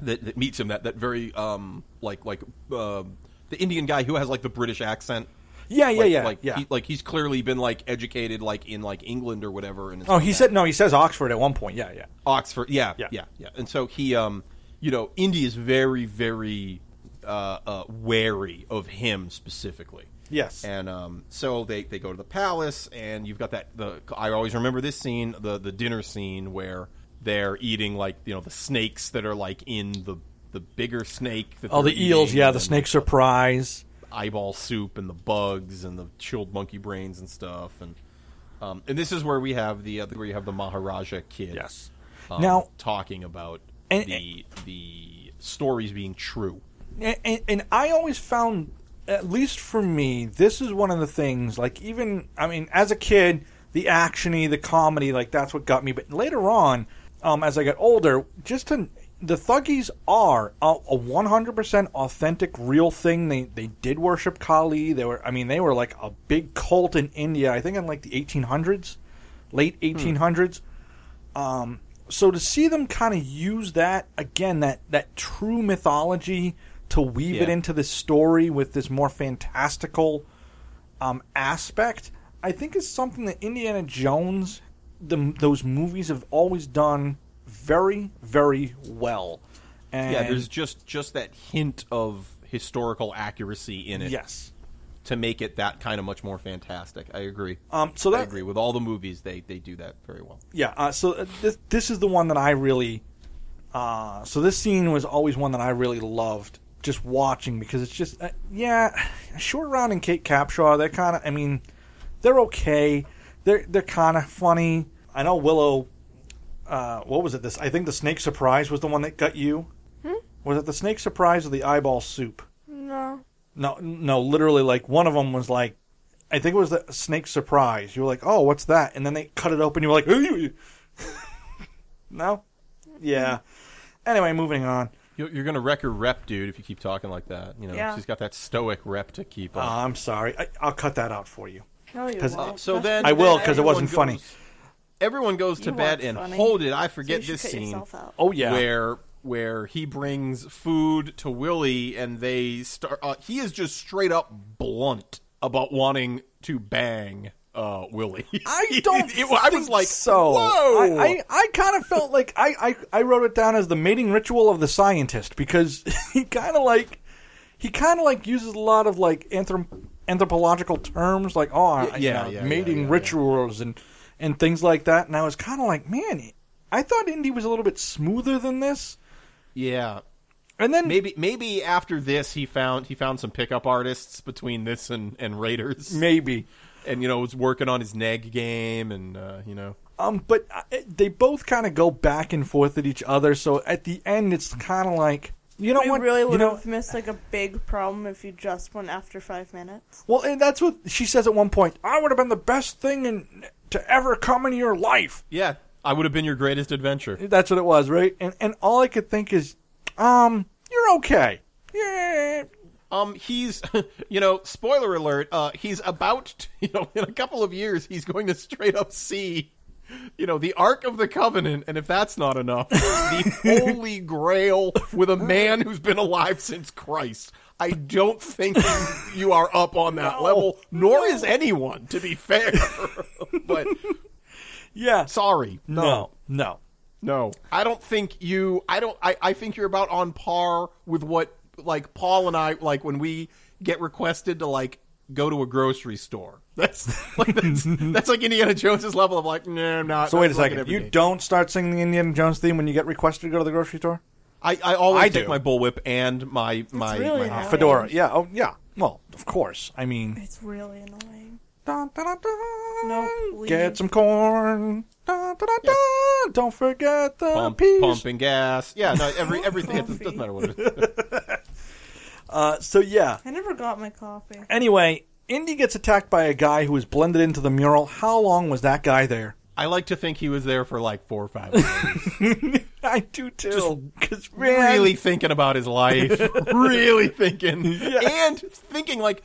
that, that meets him that that very um like like uh, the Indian guy who has like the British accent. yeah, yeah, like, yeah, like, yeah. He, like he's clearly been like educated like in like England or whatever. And it's oh, like he that. said no. He says Oxford at one point. Yeah, yeah. Oxford. Yeah, Yeah. yeah, yeah, And so he, um, you know, Indy is very, very uh, uh, wary of him specifically. Yes. And um, so they, they go to the palace, and you've got that. The I always remember this scene, the the dinner scene where they're eating like you know the snakes that are like in the the bigger snake. That Oh, they're the eels, eating, yeah, the and snake surprise. eyeball soup and the bugs and the chilled monkey brains and stuff and. Um, and this is where we have the uh, where you have the Maharaja kid um, now, talking about And- the the stories being true. and, and I always found, at least for me, this is one of the things. Like, even I mean, as a kid, the actiony, the comedy, like that's what got me. But later on, um, as I got older, just to the thuggies are a a 100% authentic real thing they they did worship kali they were i mean they were like a big cult in india i think in like the 1800s late Hmm. 1800s Um, so to see them kind of use that again, that that true mythology to weave it Yeah. into the story with this more fantastical um, aspect, I think is something that Indiana Jones, the, those movies have always done very, very well. And yeah, there's just just that hint of historical accuracy in it. yes. to make it that kind of much more fantastic. I agree. Um, so I that agree with all the movies. They they do that very well. yeah. Uh, so uh, this this is the one that I really. Uh, so this scene was always one that I really loved just watching because it's just uh, yeah, short round and Kate Capshaw. They're kind of I mean, they're okay. They're they're kind of funny. I know Willow. Uh, what was it? This I think the snake surprise was the one that got you. Was it the snake surprise or the eyeball soup? No. No, no, literally, like one of them was like, I think it was the snake surprise. You were like, oh, what's that? And then they cut it open. You were like, "Ooh." no, yeah. Anyway, moving on. You're, you're gonna wreck your rep, dude, if you keep talking like that. You know, Yeah. she's got that stoic rep to keep Uh, on. I'm sorry. I, I'll cut that out for you. No, you 'Cause- won't. so then I will, then 'cause it wasn't everyone funny. goes- Everyone goes to You bed weren't and funny. hold it. I So you forget should this cut scene. yourself out. Oh yeah. where where he brings food to Willie and they start. Uh, he is just straight up blunt about wanting to bang uh, Willie. I don't. It- I was think like, so. Whoa! I, I, I kind of felt like I, I, I wrote it down as the mating ritual of the scientist because he kind of like he kind of like uses a lot of like anthrop- anthropological terms like oh Y- you yeah, know, yeah, yeah, mating yeah, yeah. rituals and and things like that. And I was kind of like, man, I thought Indy was a little bit smoother than this. yeah. And then Maybe maybe after this he found he found some pickup artists between this and and Raiders maybe and you know was working on his neg game and uh, you know Um, but uh, it- they both kind of go back and forth at each other. So at the end, it's kind of like you know We what really you would know. have missed like a big problem if you just went after five minutes. Well, and that's what she says at one point. I would have been the best thing in, to ever come into your life. yeah I would have been your greatest adventure. That's what it was, right? And and all I could think is, um, you're okay. Yeah. Um, he's, you know, spoiler alert. Uh, he's about, to, you know, in a couple of years, he's going to straight up see, you know, the Ark of the Covenant, and if that's not enough, the Holy Grail with a man who's been alive since Christ. I don't think you are up on that level, nor is anyone, to be fair. but Yeah. sorry, No. No. no, I don't think you. I don't. I, I think you're about on par with what like Paul and I like when we get requested to like go to a grocery store. That's like that's, that's like Indiana Jones's level of like, no, I'm not. So wait a that's like an second. You everyday. don't start singing the Indiana Jones theme when you get requested to go to the grocery store. I, I always I take do. my bullwhip and my my, really my nice. Fedora. Yeah. Oh yeah. Well, Of course. I mean, It's really annoying. dun, dun, dun, dun. Nope, get leave. some corn. Dun, dun, dun, dun. Don't forget the Pump, peas. pump and gas. Yeah, no, every everything. It Coffee. doesn't matter what it is. Uh, so yeah. I never got my coffee. Anyway, Indy gets attacked by a guy who is blended into the mural. How long was that guy there? I like to think he was there for like four or five hours. I do too. Because really thinking about his life. really thinking. And thinking like,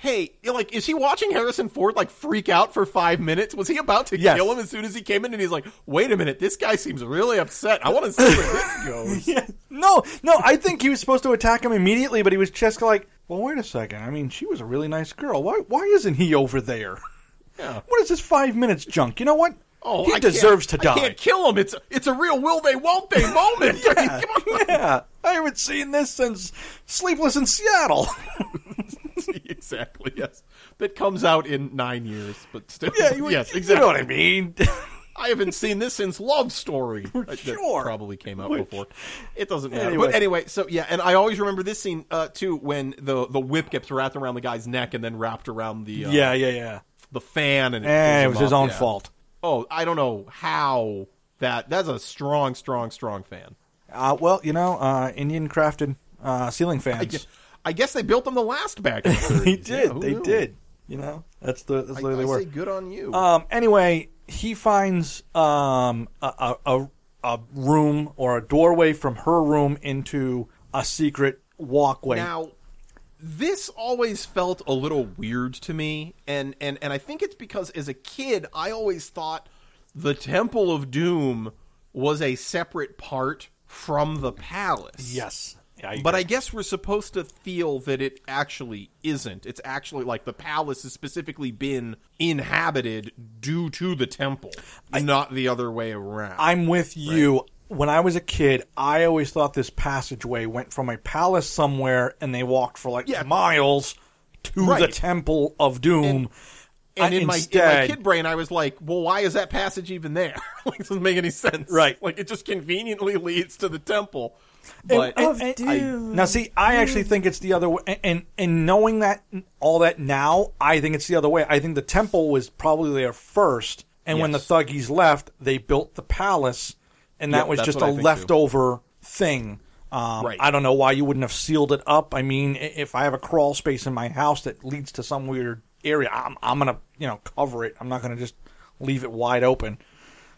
hey, you know, like, is he watching Harrison Ford like freak out for five minutes? Was he about to Yes. kill him as soon as he came in? And he's like, wait a minute, this guy seems really upset. I want to see where this goes. No, no, I think he was supposed to attack him immediately, but he was just like, well, wait a second. I mean, she was a really nice girl. Why, why isn't he over there? Yeah. What is this five minutes junk? You know what? Oh, he I can't- deserves to I die. can't kill him. It's it's a real will they won't they moment. I mean, come on. yeah, I haven't seen this since Sleepless in Seattle. exactly. Yes, that comes out in nine years, but still. yeah, you, yes, you exactly. know what I mean. I haven't seen this since Love Story. Uh, that sure. probably came out Which- before. It doesn't matter. Anyway. But anyway, so yeah, and I always remember this scene uh, too when the the whip gets wrapped around the guy's neck and then wrapped around the uh, yeah, yeah, yeah. the fan and it, Eh, pulls it him was his up, own yeah. fault. Oh, I don't know how that that's a strong, strong, strong fan. Uh, well, you know, uh, Indian crafted uh, ceiling fans. I guess, I guess they built them the last back. In the 30s. They did. Yeah, who they knew? did. You know, that's the that's I, the way they I were. say good on you. Um, anyway, he finds um, a, a, a, a room or a doorway from her room into a secret walkway. Now, this always felt a little weird to me, and and and I think it's because as a kid, I always thought the Temple of Doom was a separate part from the palace. yes. I, But I guess we're supposed to feel that it actually isn't. It's actually like the palace has specifically been inhabited due to the temple, not the other way around. I'm with you. When I was a kid, I always thought this passageway went from a palace somewhere and they walked for like Yeah. miles to the Right. Temple of Doom. And I- in, my, in my instead- kid brain, I was like, well, why is that passage even there? like, it doesn't make any sense. Right. Like, it just conveniently leads to the temple. And- But and- Of and- I- doom. now, see, I actually think it's the other way. and- And and knowing that all that now, I think it's the other way. I think the temple was probably there first, and when the Yes. thuggies left, they built the palace, and that Yep, was that's just what a I think, too. leftover thing. Um, Right. I don't know why you wouldn't have sealed it up. I mean, i- if I have a crawl space in my house that leads to some weird area, I'm I'm gonna you know cover it. I'm not gonna just leave it wide open.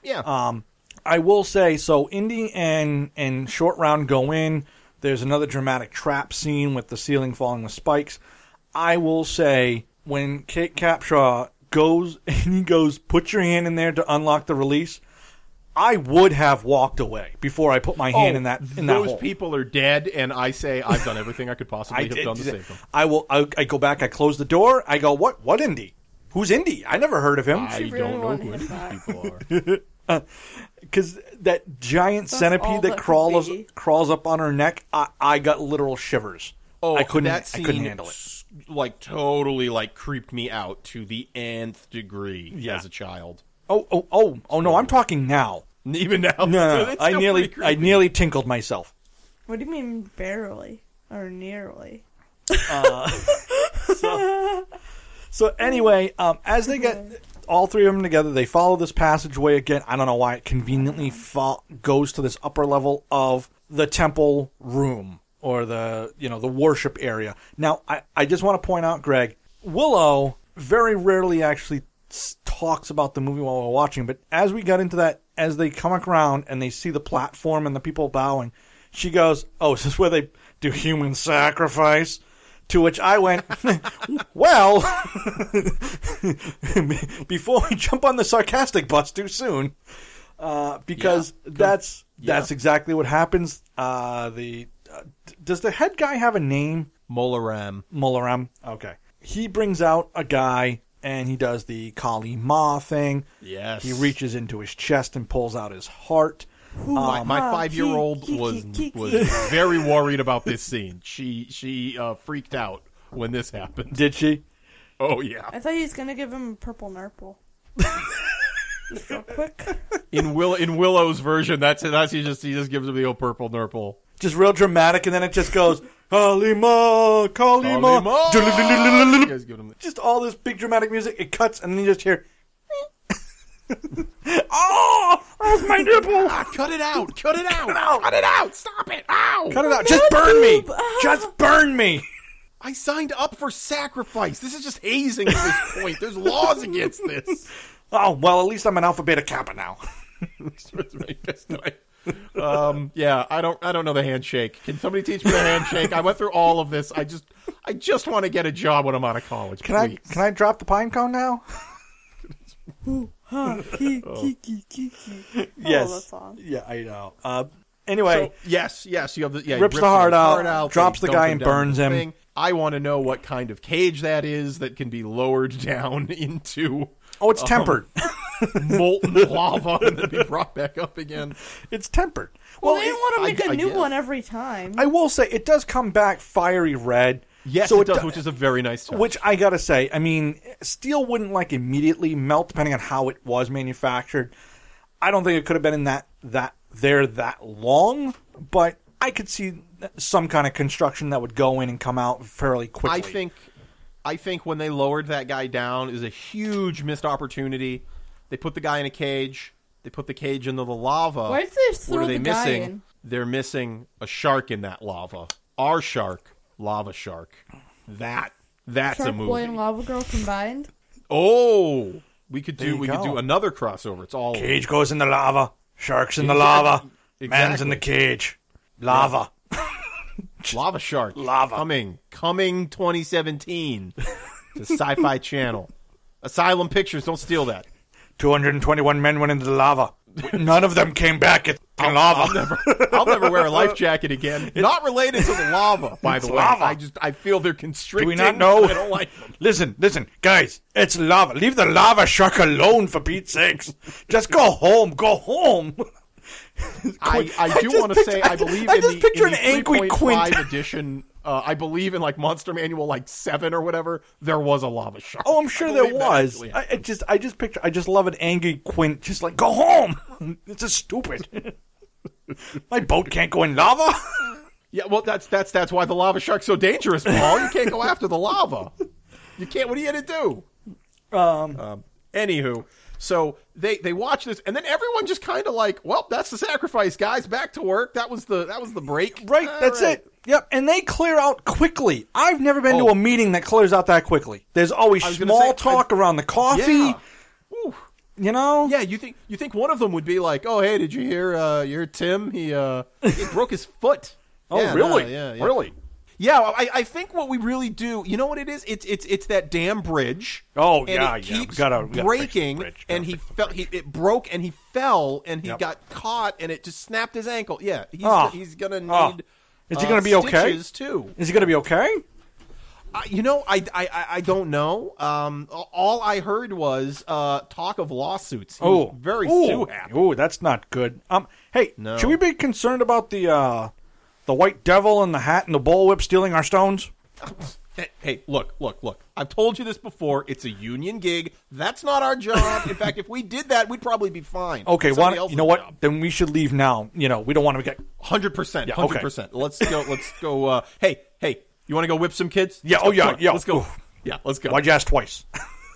yeah. Um, I will say so. Indy and and short round go in. There's another dramatic trap scene with the ceiling falling with spikes. I will say when Kate Capshaw goes and he goes, put your hand in there to unlock the release. I would have walked away before I put my hand Oh, in that in that those hole. people are dead, and I say I've done everything I could possibly I have did- done to save them. I will. I, I go back. I close the door. I go. What? What Indy? Who's Indy? I never heard of him. I really don't know wanted who him these back. people are. because that giant all centipede that, that could crawls be. crawls up on her neck, I, I got literal shivers. Oh, I couldn't. That scene I couldn't handle it. s- Like totally, like creeped me out to the nth degree Yeah. as a child. Oh, oh, oh, oh no! I'm talking now. Even now, No, no, no, it's I still nearly, pretty I creepy. nearly tinkled myself. What do you mean barely or nearly? So anyway, um, as they get all three of them together, they follow this passageway again. I don't know why it conveniently fo- goes to this upper level of the temple room or the you know the worship area. Now, I, I just want to point out, Greg Willow very rarely actually s- talks about the movie while we're watching, but as we got into that, as they come around and they see the platform and the people bowing, she goes, "Oh, is this where they do human sacrifice?" To which I went, well, before we jump on the sarcastic bus too soon, uh, because that's that's exactly what happens. Uh, the uh, d- does the head guy have a name? Molaram. Molaram. Okay, he brings out a guy and he does the Kali Ma thing. Yes. he reaches into his chest and pulls out his heart. my, my Ah, five year old geek, geek, was geek, was geek. very worried about this scene. She she uh, freaked out when this happened. Did she? Oh yeah. I thought he was gonna give him a purple nurple. Just real quick. In Will in Willow's version, that's it. That's he just he just gives him the old purple nurple. just real dramatic, and then it just goes Kalima, Kalima, You guys give them the- just all this big dramatic music. It cuts, and then you just hear. oh, that's my nipple! Ah, cut it out! Cut it out! out. Cut it out! Stop it! Ow! Cut it out! Just burn me! Just burn me! I signed up for sacrifice. This is just hazing at this point. There's laws against this. Oh well, at least I'm an alpha beta kappa now. That's right. That's right. um, yeah, I don't. I don't know the handshake. Can somebody teach me the handshake? I went through all of this. I just. I just want to get a job when I'm out of college. Can please. I can I drop the pine cone now? I love that song. Oh. Yeah, I know. Uh, anyway, So, yes, yes. You have the yeah. he Rips the heart out, they drops the dump guy him and down the burns him. thing. I want to know what kind of cage that is that can be lowered down into oh, it's tempered. molten lava and then be brought back up again. it's tempered. Well, Well, they it- want to I- make a I new guess. one every time. I will say it does come back fiery red. Yes, so it does, do- which is a very nice touch. Which I gotta say, I mean, steel wouldn't like immediately melt depending on how it was manufactured. I don't think it could have been in that that there that long, but I could see some kind of construction that would go in and come out fairly quickly. I think I think when they lowered that guy down is a huge missed opportunity. They put the guy in a cage. They put the cage into the lava. Why did they just what throw are they the guy missing? in? They're missing a shark in that lava. Our shark, lava shark. That that's a Shark movie. Boy and Lava Girl combined. oh, we could There do you we could go. do another crossover. It's all cage goes in the lava, sharks in the Exactly. lava, man's in the Exactly. cage, lava. lava shark. Lava. coming coming 2017 to Sci-Fi Channel. Asylum Pictures, don't steal that. 221 men went into the lava. None of them came back. It's fucking lava. I'll never wear a life jacket again. Not related to the lava, by the It's way. lava. I just I feel they're constricting. Do we not know? I don't like them. Listen, listen, guys. It's lava. Leave the lava shark alone for Pete's sakes. Just go home. Go home. I, I do just want to picture- say I I ju- believe I in just the, picture in the an angry 3.5 Quint. edition. Uh, I believe in like Monster Manual like seven or whatever. There was a lava shark. Oh, I'm I sure there believe that was. actually I, happened. I just, I just picture. I just love an angry Quint. Just like go home. This is stupid. My boat can't go in lava. yeah, well that's that's that's why the lava shark's so dangerous, Paul. You can't go after the lava. You can't. What are you gonna do? Um, Uh, Anywho, so they they watch this, and then everyone just kind of like, well, that's the sacrifice, guys. Back to work. That was the that was the break. right. All that's right. it. Yep. And they clear out quickly. I've never been Oh. to a meeting that clears out that quickly. There's always was gonna small say, I- talk around the coffee. Yeah. Ooh. You know. Yeah, you think you think one of them would be like, "Oh, hey, did you hear? Uh, you hear Tim? He uh, he broke his foot." Oh, Yeah, really? no, yeah, yeah. Really? Yeah, I, I think what we really do, you know what it is? It's it's it's that damn bridge. Oh, and yeah, it yeah. We keeps gotta- we gotta fix the breaking, bridge. Gotta and he fix the fell. He, it broke, and he fell, and he Yep. got caught, and it just snapped his ankle. Yeah, he's Oh. he's gonna need. Oh. Is he uh, gonna be okay? stitches, Too. Is he going to be okay? I- you know, I, I, I- I don't know. Um, all I heard was uh, talk of lawsuits. He was Oh, very Ooh. sue happy. Ooh, that's not good. Um, hey, No. should we be concerned about the uh, the white devil and the hat and the bullwhip stealing our stones? Hey, hey, look, look, look. I've told you this before. It's a union gig. That's not our job. In fact, if we did that, we'd probably be fine. Okay, Somebody why, else's you know what? job. Then we should leave now. You know, we don't want to get. Hundred percent. Yeah, Hundred okay. percent. Let's go. Let's go. Uh, hey, hey, you want to go whip some kids? Yeah, Let's oh, go. yeah, Come on, yeah. Let's go. Oof. Yeah, let's go. Why'd you ask twice?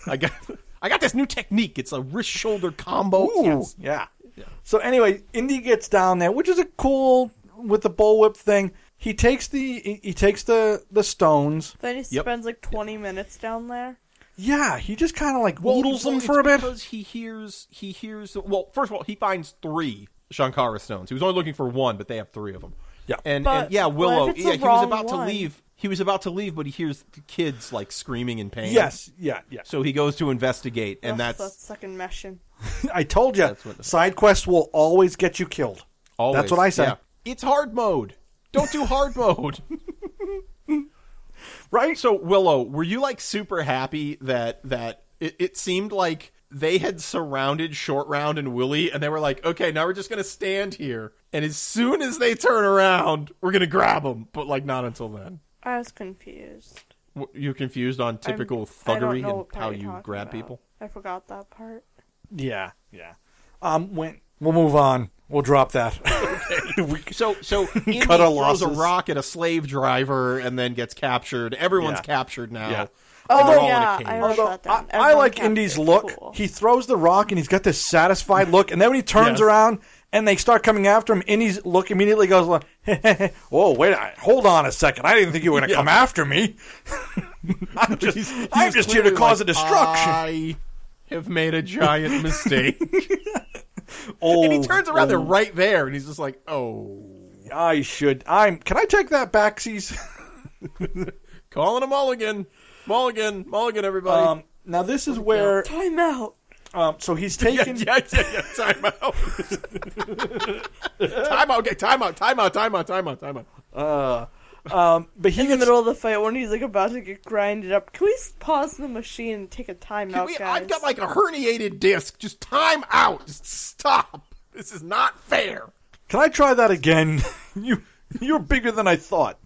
I got, I got this new technique. It's a wrist shoulder combo. Oh, Yes. Yeah. So anyway, Indy gets down there, which is a cool with the bullwhip thing. He takes the he, he takes the the stones. Then he Yep. spends like 20 minutes down there. Yeah, he just kind of like Well, wheedles well, them it's for a bit. because he hears he hears. Well, first of all, he finds three Shankara stones. He was only looking for one, but they have three of them. Yeah. and, But and yeah, what if Willow. it's the yeah, he was wrong about one? to leave. He was about to leave, but he hears the kids like screaming in pain. Yes, yeah, yeah. So he goes to investigate, and That's, that's, that's second mission. I told you, what the- side quests will always get you killed. always That's what I say. yeah. It's hard mode. Don't do hard mode. Right? So Willow, were you like super happy that that it, it seemed like they had surrounded Short Round and Willie, and they were like, "Okay, now we're just gonna stand here, and as soon as they turn around, we're gonna grab them." But like, not until then. I was confused. W- You're confused on I'm- typical I don't thuggery know and what part how you're you talking grab about. people. I forgot that part. Yeah, yeah. Um, when we'll move on. We'll drop that. So so Indy Cut our throws a losses. rock at a slave driver and then gets captured. Everyone's Yeah. captured now. Yeah. And they're Oh all in a yeah, cage. I wrote Although, that I, down. I Everyone like kept Indy's it. look. Cool. He throws the rock and he's got this satisfied look, and then when he turns Yes. around and they start coming after him, Indy's look immediately goes like, "Whoa, wait, I, hold on a second! I didn't think you were going to Yeah. come after me. I'm just, I'm was just here to clearly cause like, a destruction." I have made a giant mistake. oh, and he turns around, they're oh, right there, and he's just like, "Oh, I should. I'm. Can I take that back, Cease? calling a mulligan, mulligan, mulligan, everybody." Um, now this is where. Time out. Um, so he's yeah, taken. yeah, yeah, yeah. Time out. time out. Okay, time out. Time out. Time out. Time out. Time out. but he In the gets middle of the fight, when he's like about to get grinded up, can we s- pause the machine and take a timeout, We- guys? I've got like a herniated disc. Just time out. Just stop. This is not fair. Can I try that again? you you're bigger than I thought.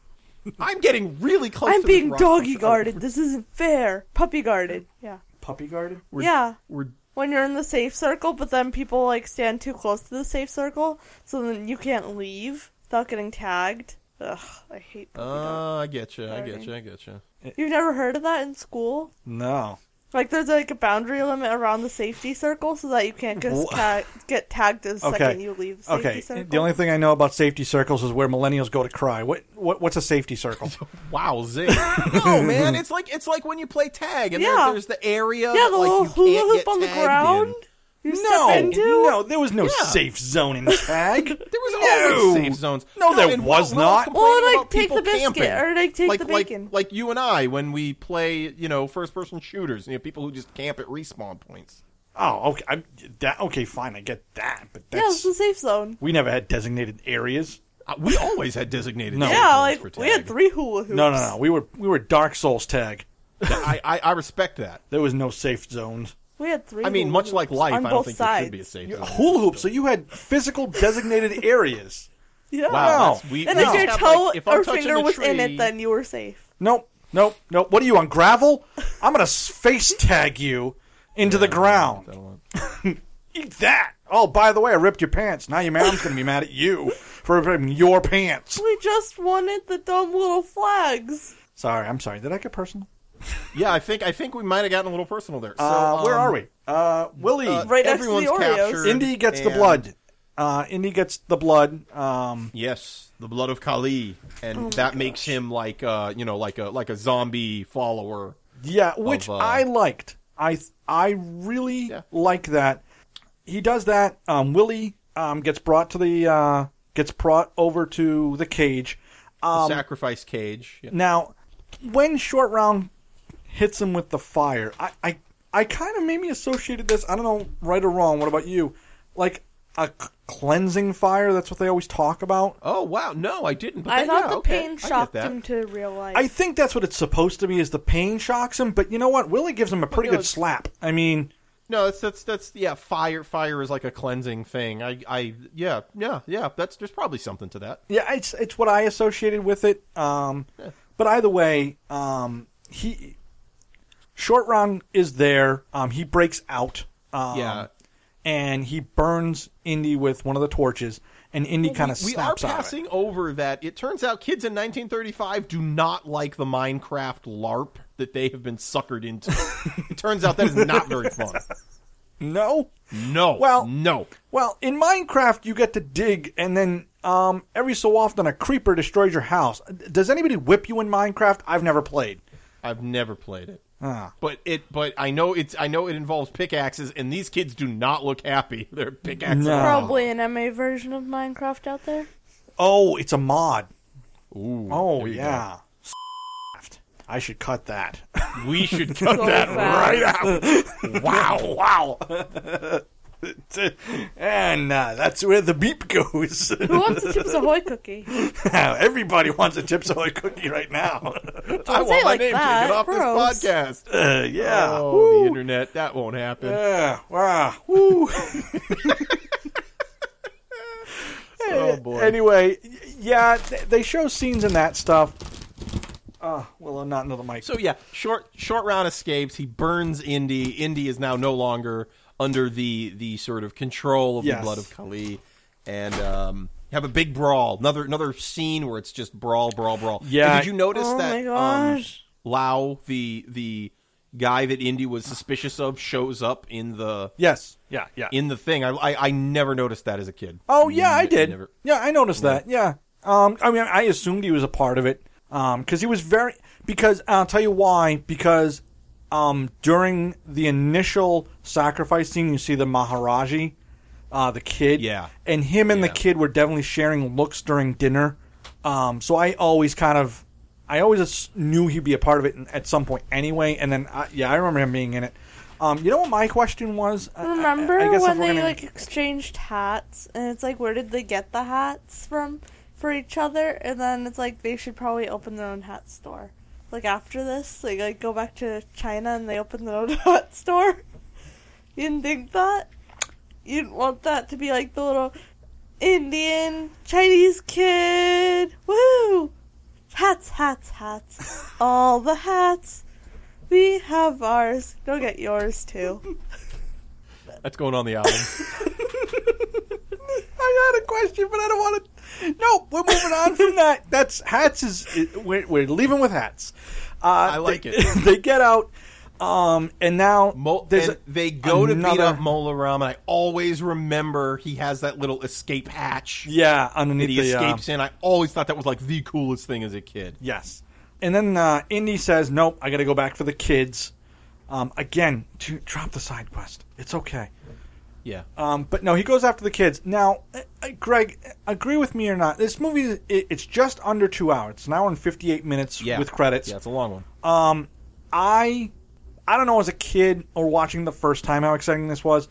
I'm getting really close. I'm to this being rock. doggy guarded. This isn't fair. Puppy guarded. Yeah. Puppy guarded? yeah. We're When you're in the safe circle, but then people like stand too close to the safe circle, so then you can't leave without getting tagged. Ugh, I hate puppy dog. I get you. I get you. I get you. You've never heard of that in school? No. Like there's like a boundary limit around the safety circle so that you can't just Wha- ta- get tagged the Okay. second you leave the safety Okay. circle. The only thing I know about safety circles is where millennials go to cry. What what what's a safety circle? Wow, zing! no, man, it's like it's like when you play tag, and there- Yeah. there's the area. yeah, that, the like, little you hula can't hoop get on the tagged in. ground. You no. step into. No, there was no Yeah. safe zone in tag. There was No. always safe zones. No, there and was Will- Will's not. complaining Or, like, about take people the biscuit, camping. or, like, take like, the like- bacon. Like you and I when we play, you know, first person shooters. You know, people who just camp at respawn points. Oh, okay. I'm, that okay, fine. I get that, but Yeah, that's it's the safe zone. we never had designated areas. Uh, we always had designated. No. safe Yeah, zones for like we had tag. three hula hoops. No, no, no. We were we were Dark Souls tag. I, I I respect that. There was no safe zones. We had three. I mean, hula much like hoops life, I on don't both think there should sides. be a safe zone. Hula hoop. So you had physical designated areas. Yeah. Wow, No. that's- we, And we if your have, toe like, if I'm or touching finger the was in tree- it, then you were safe. Nope, nope, nope. What are you on gravel? I'm gonna s- face tag you into the ground. Eat that. Oh, by the way, I ripped your pants. Now your mom's gonna be mad at you for ripping your pants. We just wanted the dumb little flags. Sorry, I'm sorry. Did I get personal? Yeah, I think I think we might have gotten a little personal there. So uh, where um, are we? Uh, Willie. uh, Right next to the everyone's Oreos. captured. Indy gets the and- blood. Uh, Indy gets the blood. Um, Yes, the blood of Kali, Oh and that makes him like uh, you know like a like a zombie follower. yeah, which Of, uh, I liked. I th- I really Yeah. like that. He does that. Um, Willie um, gets brought to the uh, gets brought over to the cage. Um, the sacrifice cage. Yeah. Now, when Short Round hits him with the fire, I, I, I kind of maybe associated this. I don't know, right or wrong. What about you? Like a c- cleansing fire. That's what they always talk about. Oh wow, no, I didn't. But I that- thought yeah, the okay, I pain get shocked that. him to real life. Oh. I think that's what it's supposed to be. Is the pain shocks him? But you know what? Willie gives him a pretty Oh, no, good it's- slap. I mean, No, that's that's that's yeah. Fire, fire is like a cleansing thing. I, I, yeah, yeah, yeah. That's there's probably something to that. yeah, it's it's what I associated with it. Um, but either way, um, he Short Round is there. Um, he breaks out. Um, yeah, and he burns Indy with one of the torches, and Indy kind of we are snaps out. of it. passing over that. It turns out kids in 1935 do not like the Minecraft LARP that they have been suckered into. it turns out that is not very fun. No, No, Well- no. well, in Minecraft you get to dig, and then um, every so often a creeper destroys your house. Does anybody whip you in Minecraft? I've never played. I've never played it. Ah. But it, but I know it's, I know it involves pickaxes, and these kids do not look happy. They're pickaxes. No. probably an MA version of Minecraft out there. Oh, it's a mod. Ooh, Oh there you yeah. I should cut that. go. we should cut So that right fast. out. wow! Wow! and uh, that's where the beep goes. Who wants a Chips Ahoy cookie? Everybody wants a Chips Ahoy cookie right now. I say it want my like name that. taken off Gross. this podcast. Uh, yeah. Oh, Woo. the internet, that won't happen. Yeah. Wow. Woo. Oh boy. anyway, y- yeah, th- they show scenes in that stuff. Uh, well, not another mic. So yeah, short short round escapes. He burns Indy. Indy is now no longer under the the sort of control of Yes. the blood of Kali, and um, have a big brawl. Another another scene where it's just brawl, brawl, brawl. And Yeah. did you notice Oh that? my gosh. Um, Lau, the the guy that Indy was suspicious of, shows up in the Yes. Yeah. Yeah. in the thing. I I, I never noticed that as a kid. Oh yeah, I Ne- did. never- Yeah, I noticed that. Yeah. Um, I mean, I assumed he was a part of it. Um, because he was very because I'll tell you why. Because, um, during the initial sacrifice scene, you see the Maharaji, uh, the kid. Yeah. And him and Yeah. the kid were definitely sharing looks during dinner. Um, so I always kind of, I always as- knew he'd be a part of it at some point anyway. And then, I, yeah, I remember him being in it. Um, you know what my question was? Uh, I- I- I- I Remember guess if when we're they gonna- like exchanged hats, and it's like, where did they get the hats from for each other? And then it's like they should probably open their own hat store. Like after this, they like go back to China and they open their own hat store. You didn't think that? You didn't want that to be like the little Indian Chinese kid. Woo! Hats, hats, hats. All the hats. We have ours. Go get yours too. That's going on the album. I had a question, but I don't want to. No, we're moving on from that. That's hats is we're, we're leaving with hats. Uh, I like they, it. They get out, um, and now Mo- there's and a- they go to beat another- up Mola Ram, and I always remember he has that little escape hatch yeah that underneath he the uh, escapes in. I always thought that was like the coolest thing as a kid. yes, and then uh, Indy says, "Nope, I got to go back for the kids." Um, again, to drop the side quest. It's okay. Yeah. Um, but no, he goes after the kids. Now, uh, uh, Greg, uh, agree with me or not? This movie, is- it, it's just under two hours. It's an hour and fifty-eight minutes yeah. with credits. Yeah, it's a long one. I I don't know as a kid or watching the first time how exciting this was.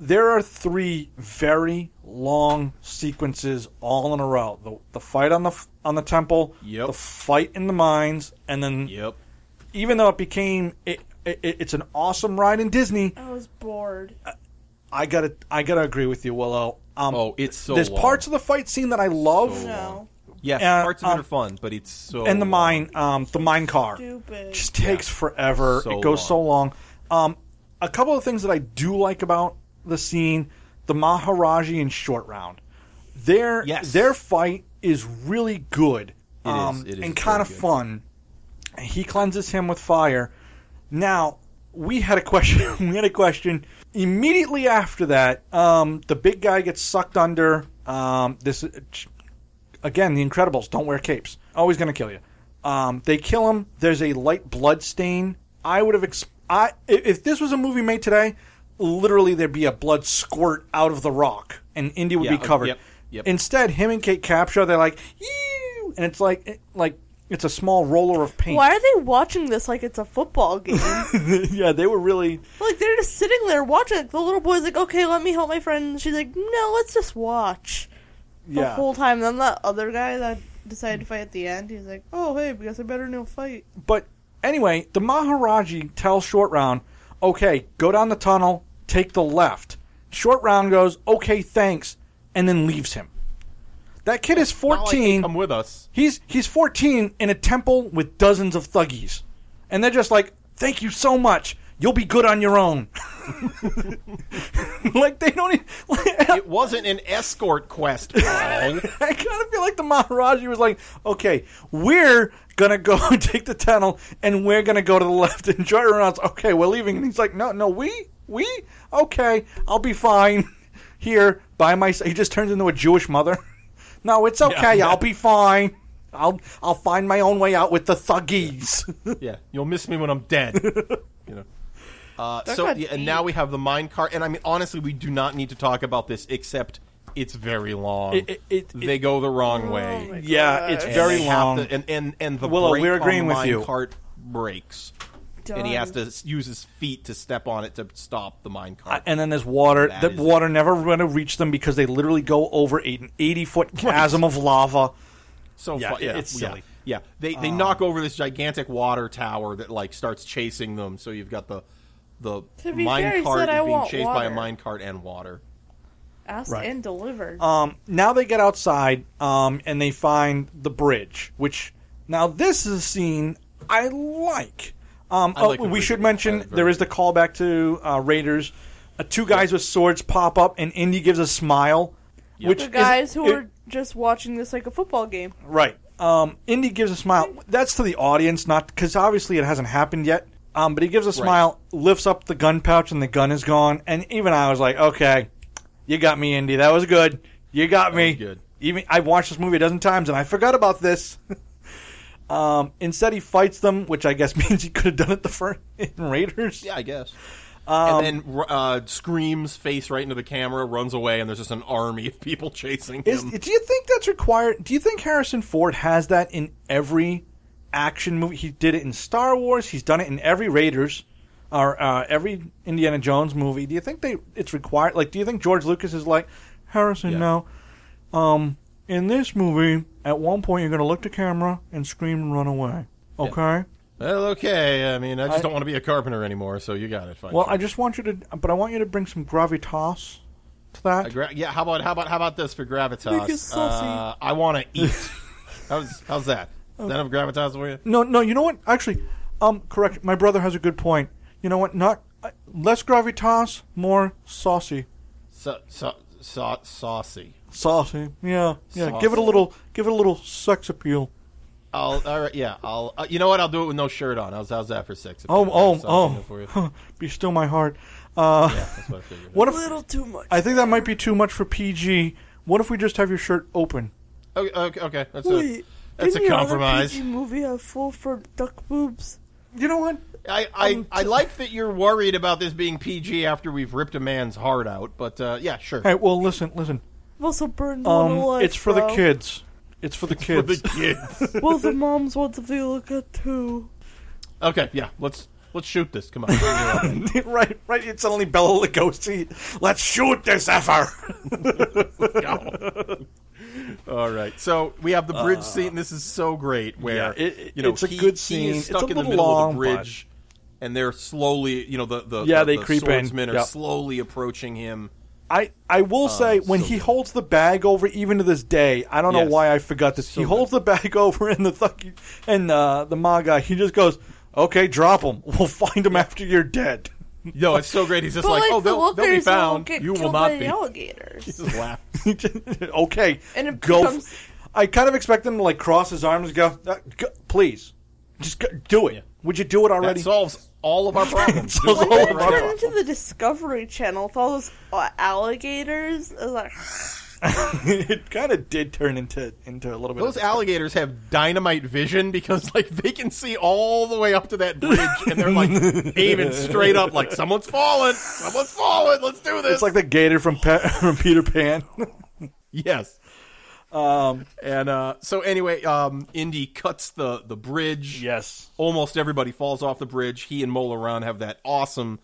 There are three very long sequences all in a row. The, the fight on the f- on the temple, Yep. the fight in the mines, and then yep. even though it became it, it, it's an awesome ride in Disney, I was bored. Oh, I got to I got to agree with you, Willow. Um Oh, it's so there's long. parts of the fight scene that I love no. Yes, uh, parts of um, it are fun, but it's so and the long. mine um the mine car. Stupid. just takes forever. So it goes so long. long. Um, a couple of things that I do like about the scene: the Maharaji and Short Round. Their Yes. their fight is really good. It is. um, It is and very kind of good. fun. And He cleanses him with fire. Now we had a question. we had a question immediately after that. Um, the big guy gets sucked under. Um, this again, the Incredibles don't wear capes. Always going to kill you. Um, they kill him. There's a light blood stain. I would have. Ex- I i- if this was a movie made today, literally there'd be a blood squirt out of the rock, and Indy would Yeah, oh, be covered. yep, yep. Instead, him and Kate Capshaw, they're like, "Ew," and it's like, it- like it's a small roller of paint. Why are they watching this like it's a football game? yeah, they were really. like they're just sitting there watching. Like, the little boy's like, "Okay, let me help my friend." And she's like, "No, let's just watch." The Yeah. whole time. Then that other guy that decided to fight at the end, he's like, "Oh, hey, because I better know fight." But anyway, the Maharaji tells Short Round, okay, go down the tunnel, take the left. Short Round goes, okay, thanks, and then leaves him. That kid is Not like they 14. come with us. he's, he's 14 in a temple with dozens of thuggies. And they're just like, thank you so much. You'll be good on your own. like, they don't e-, even. It wasn't an escort quest. Paul. I kind of feel like the Maharaji was like, okay, we're gonna go take the tunnel and we're gonna go to the left and Jordan Reynolds, okay, we're leaving and he's like, No, no, we? We? Okay, I'll be fine here by myself he just turns into a Jewish mother. No, it's okay, I'll be fine. I'll I'll find my own way out with the thuggies. yeah, you'll miss me when I'm dead. you know. Uh, so got yeah, and now we have the mine car, and I mean honestly, we do not need to talk about this except it's very long. It- it- it- they go the wrong way. yeah, it's And very they have long. to- and, and and the Willow, brake we're agreeing on the with mine you. Cart breaks, and he Done. has to s- use his feet to step on it to stop the mine cart. uh, and then there's water. That The is- water never going to reach them because they literally go over an 80 foot chasm of lava. so Yeah, fu- yeah, it's yeah, silly. Yeah, they they knock over this gigantic water tower that like starts chasing them. So you've got the the To be fair, mine he cart said, "I is being want chased by a water." mine cart and water. Asked Right. and delivered. Um, now they get outside um, and they find the bridge, which now this is a scene I like. Um, I like oh, the we bridge should a lot. mention That's very there is the callback to uh, Raiders. Uh, two guys with swords pop up, and Indy gives a smile. Which The is- guys who it- are just watching this like a football game. Right. Um, Indy gives a smile. That's to the audience, not because obviously it hasn't happened yet. Um, but he gives a smile, lifts up the gun pouch, and the gun is gone. And even I was like, okay, you got me, Indy. That was good. You got me. was good. Even I watched this movie a dozen times, and I forgot about this. um, instead, he fights them, which I guess means he could have done it the first in Raiders. Yeah, I guess. Um, and then uh, screams face right into the camera, runs away, and there's just an army of people chasing Is, him. do you think that's required? Do you think Harrison Ford has that in every action movie? He did it in Star Wars. He's done it in every Raiders or uh, every Indiana Jones movie. Do you think they it's required? Like, do you think George Lucas is like Harrison? Yeah. No. Um, in this movie, at one point you're going to look the camera and scream and run away. Okay. Well, okay. I mean, I just I- don't want to be a carpenter anymore, so you got it. Fine. Well, I just want you to, but I want you to bring some gravitas to that. A gra- yeah. How about how about how about this for gravitas? Make it saucy. Uh, I want to eat. how's how's that? Is that have gravitas for you? No, no. You know what? Actually, um, correct. My brother has a good point. You know what? Not uh, less gravitas, more saucy. So, so, so, saucy. Saucy. Yeah, yeah. Saucy. Give it a little. Give it a little sex appeal. I'll all right. Yeah. I'll. Uh, you know what? I'll do it with no shirt on. How's how's that for six? Oh, Saucy oh, enough for you? oh. Be still, my heart. Uh, Yeah, that's what I figured. What A if? little too much. I think that might be too much for PG. What if we just have your shirt open? Okay, okay, okay. That's Wait, a that's didn't a your other compromise. PG movie have full for duck boobs? You know what? I, I, I like that you're worried about this being PG after we've ripped a man's heart out, but uh, yeah, sure. All right. Well, listen, listen. I've also burned one Um, alive. it's for the bro. kids. It's for the For kids. the kids. Well, the moms want something to look at too. okay, yeah. Let's let's shoot this. Come on. right, right. It's only Bella Lugosi. Let's shoot this effer. All right. So we have the bridge scene. This is so great. Where Uh, Yeah, it- it- you know it's a he- good he scene. is It's stuck a in the little middle long, of the bridge, and they're slowly, you know, the the Yeah, the- they the creep in. swordsmen are Yep. slowly approaching him. I, I will say when Um, so he good. holds the bag over, even to this day, I don't Yes. know why I forgot this. he good. holds the bag over, and the thug, and uh, the ma guy, he just goes, "Okay, drop him. We'll find him after you're dead." No, it's so great. He's just But like, like, oh, the they'll, they'll be wolfers found. Get you will killed not by the be. alligators. Just laugh. He just- okay, And it go. f- becomes- I kind of expect him to like cross his arms and go, uh, go "Please, just go, do it. Yeah. Would you do it That already?" solves all of our problems. It solves Just all right of now. our Turn into the Discovery Channel with all those uh, alligators. I was like, it kind of did turn into into a little bit. Those of alligators have dynamite vision because like they can see all the way up to that bridge and they're like aiming straight up like someone's falling, someone's falling, let's do this. It's like the gator from Pe- from Peter Pan. yes. um, And uh so anyway, um Indy cuts the the bridge. yes. Almost everybody falls off the bridge. He and Molaron have that awesome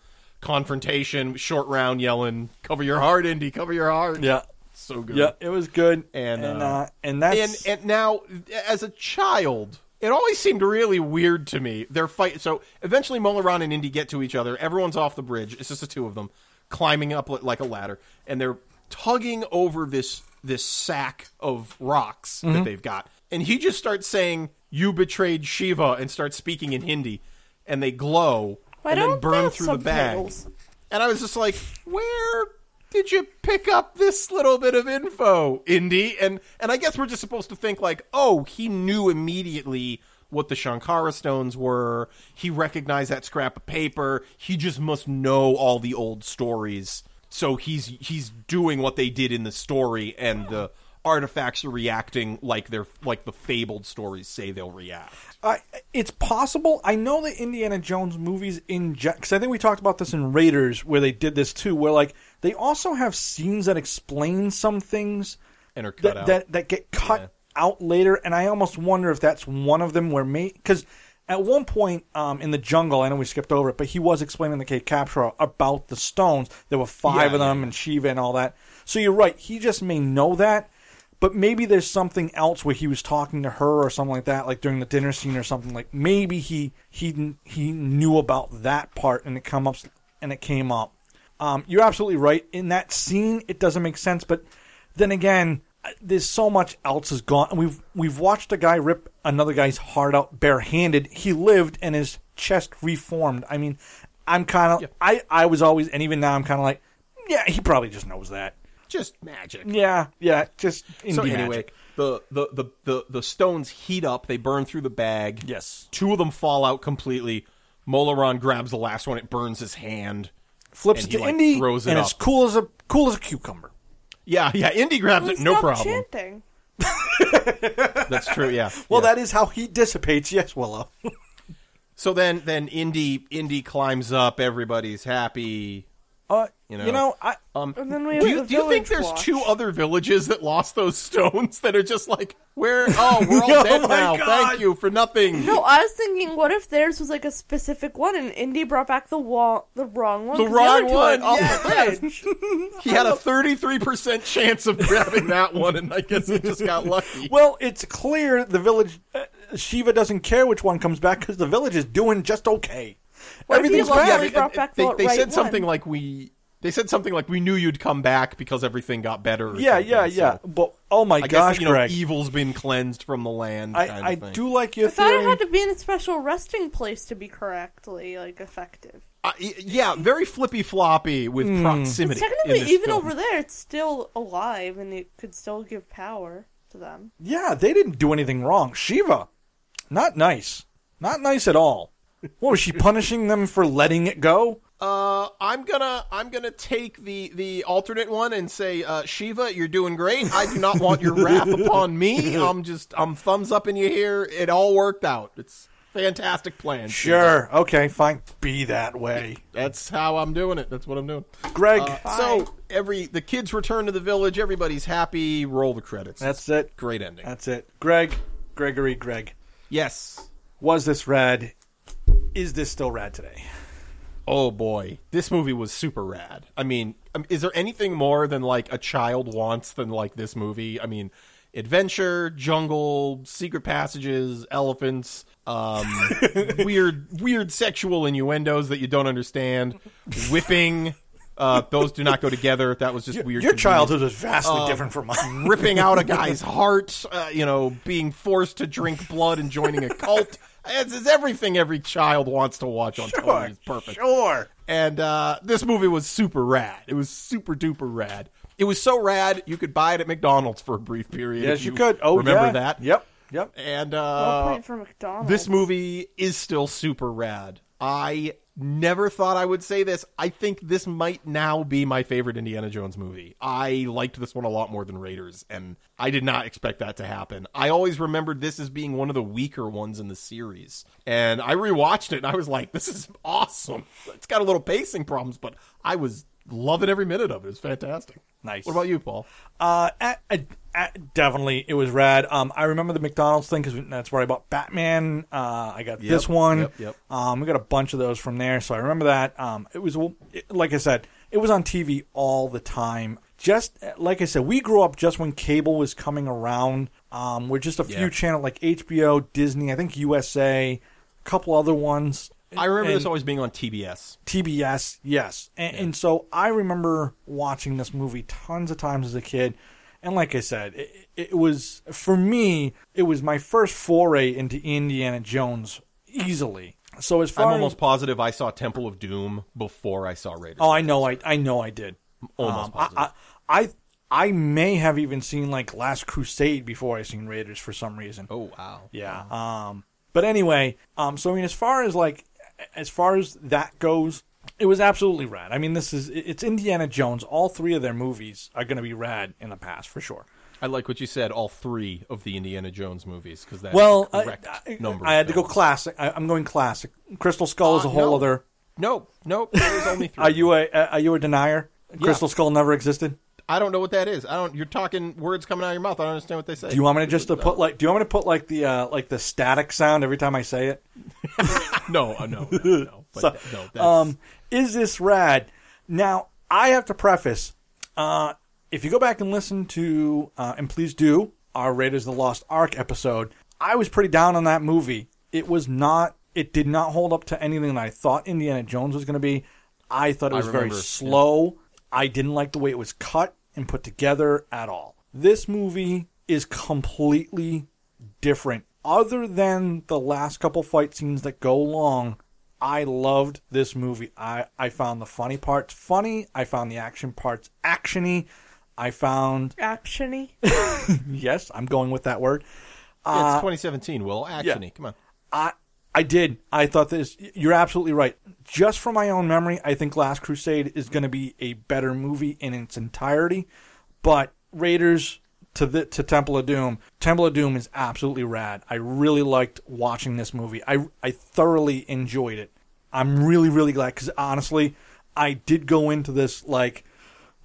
confrontation, short round yelling, cover your heart, Indy, cover your heart. Yeah. So good. Yeah, it was good, And, and uh, uh, and that's and and now as a child it always seemed really weird to me their fight so eventually Molaron and Indy get to each other everyone's off the bridge it's just the two of them climbing up li- like a ladder and they're tugging over this this sack of rocks that they've got and he just starts saying you betrayed Shiva and starts speaking in Hindi and they glow why and don't then burn they have through the bag subtitles? and I was just like, where did you pick up this little bit of info, Indy? And and I guess we're just supposed to think like, oh, he knew immediately what the Shankara stones were. He recognized that scrap of paper. He just must know all the old stories. So he's he's doing what they did in the story and the artifacts are reacting like they're like the fabled stories say they'll react. I, it's possible. I know the Indiana Jones movies in because I think we talked about this in Raiders where they did this too, where like they also have scenes that explain some things And are cut that out. that, that get cut out later, and I almost wonder if that's one of them where may because at one point um, in the jungle, I know we skipped over it, but he was explaining the Cape Capture about the stones. There were five Yeah, of yeah, them, and Shiva and all that. So you're right. He just may know that, but maybe there's something else where he was talking to her or something like that, like during the dinner scene or something. Like maybe he he he knew about that part, and it come up and it came up. Um, you're absolutely right. In that scene, it doesn't make sense, but then again, uh, there's so much else is gone. And we've we've watched a guy rip another guy's heart out barehanded. He lived and his chest reformed. I mean, I'm kind of I I was always and even now I'm kind of like, yeah, he probably just knows that. just magic. Yeah, yeah, just indie So magic. anyway, the, the the the the stones heat up. They burn through the bag. Yes. Two of them fall out completely. Molaron grabs the last one. It burns his hand. flips and to he, like, Indy throws it and it's up. cool as a cool as a cucumber. Yeah, yeah. Indy grabs it. Please No stop problem. chanting. That's true. Yeah. Well, yeah. that is how he dissipates. Yes, Willow. So then then Indy Indy climbs up. Everybody's happy. Uh, You you know. know, I Um, And then we have do you, the do you think village there's watch. two other villages that lost those stones that are just like where? Oh, we're all Oh dead my now. God. Thank you for nothing. No, I was thinking, what if theirs was like a specific one, and Indy brought back the wa- the wrong one, The 'cause other two wrong are one, oh in my God. the village. He had a 33% chance of grabbing that one, and I guess he just got lucky. well, it's clear the village uh, Shiva doesn't care which one comes back because the village is doing just okay. What if he Everything's luckily back. they, brought back they- the they right said something one? like we. They said something like we knew you'd come back because everything got better. or Yeah, something, yeah, so yeah. But oh my I gosh, guess you know Greg, evil's been cleansed from the land. I, kind I of thing. do like your I thought theory. it had to be in a special resting place to be correctly like effective. I- yeah, very flippy floppy with proximity. in Technically, this even film. over there, it's still alive, and it could still give power to them. yeah, they didn't do anything wrong. Shiva, not nice, not nice at all. What was she punishing them for letting it go? Uh, I'm gonna I'm gonna take the the alternate one and say, uh, Shiva, you're doing great. I do not want your wrath upon me. I'm just I'm thumbs up in you here. It all worked out. It's fantastic plan. Sure, okay, fine, be that way, That's how I'm doing it. That's what I'm doing. Greg. Uh, So every the kids return to the village. Everybody's happy. Roll the credits. that's it. great ending. That's it. Greg, Gregory, Greg. yes. Was this rad? Is this still rad today? Oh boy, this movie was super rad. I mean, um, is there anything more than like a child wants than like this movie? I mean, adventure, jungle, secret passages, elephants, um, weird, weird sexual innuendos that you don't understand, whipping. Uh, those do not go together. That was just weird. Your convenience. Um, childhood was vastly different from mine. ripping out a guy's heart. Uh, you know, being forced to drink blood and joining a cult. This is everything every child wants to watch on television. It's perfect Sure. and uh, this movie was super rad. It was super duper rad. It was so rad you could buy it at McDonald's for a brief period. Yes, if you, could. Oh, remember yeah. that? Yep. Yep. And No uh, point for McDonald's. this movie is still super rad. I never thought I would say this. I think this might now be my favorite Indiana Jones movie. I liked this one a lot more than Raiders, and I did not expect that to happen. I always remembered this as being one of the weaker ones in the series. And I rewatched it and I was like, this is awesome. It's got a little pacing problems, but I was loving every minute of it. It was fantastic. Nice. What about you, Paul? Uh, at, at, at- definitely, it was rad. Um, I remember the McDonald's thing because that's where I bought Batman. Uh, I got this one. yep, yep. Um, we got a bunch of those from there, so I remember that. Um, it was it- like I said, it was on TV all the time. Just uh, like I said, we grew up just when cable was coming around. Um, we're just a few Yeah. channel like HBO, Disney, I think USA, a couple other ones. I remember And- this always being on TBS. TBS, yes. And, and so I remember watching this movie tons of times as a kid. And like I said, it, it was, for me, it was my first foray into Indiana Jones easily. So as far I'm as- almost positive I saw Temple of Doom before I saw Raiders. Oh, I know, I, I know I did. Almost Um, I, I, I, I may have even seen like Last Crusade before I seen Raiders for some reason. Oh wow. Yeah. Um. But anyway, um. So I mean, as far as like, as far as that goes, it was absolutely rad. I mean, this is it's Indiana Jones. All three of their movies are going to be rad in the past for sure. I like what you said. All three of the Indiana Jones movies, because that's Well, the I, correct I, number. I had to go class. classic. I, I'm going classic. Crystal Skull is Uh, a whole no. other. Nope, nope. There's only three. Are you a are you a denier? Crystal Skull never existed. I don't know what that is. I don't. You're talking words coming out of your mouth. I don't understand what they say. Do you want me to just to put like? Do you want me to put like the uh, like the static sound every time I say it? No, uh, no, no, no. But that- no that's, um, is this rad? Now, I have to preface uh, if you go back and listen to, uh, and please do, our Raiders of the Lost Ark episode, I was pretty down on that movie. It was not, it did not hold up to anything that I thought Indiana Jones was going to be. I thought it was very remember, yeah. slow. I didn't like the way it was cut and put together at all. This movie is completely different. Other than the last couple fight scenes that go long, I loved this movie. I, I found the funny parts funny. I found the action parts actiony. I found actiony. yes, I'm going with that word. Yeah, uh, it's 2017. Will actiony. Come on. I I did. I thought this. You're absolutely right. Just from my own memory, I think Last Crusade is going to be a better movie in its entirety. But Raiders to the to Temple of Doom, Temple of Doom is absolutely rad. I really liked watching this movie. I I thoroughly enjoyed it. I'm really really glad because honestly, I did go into this like,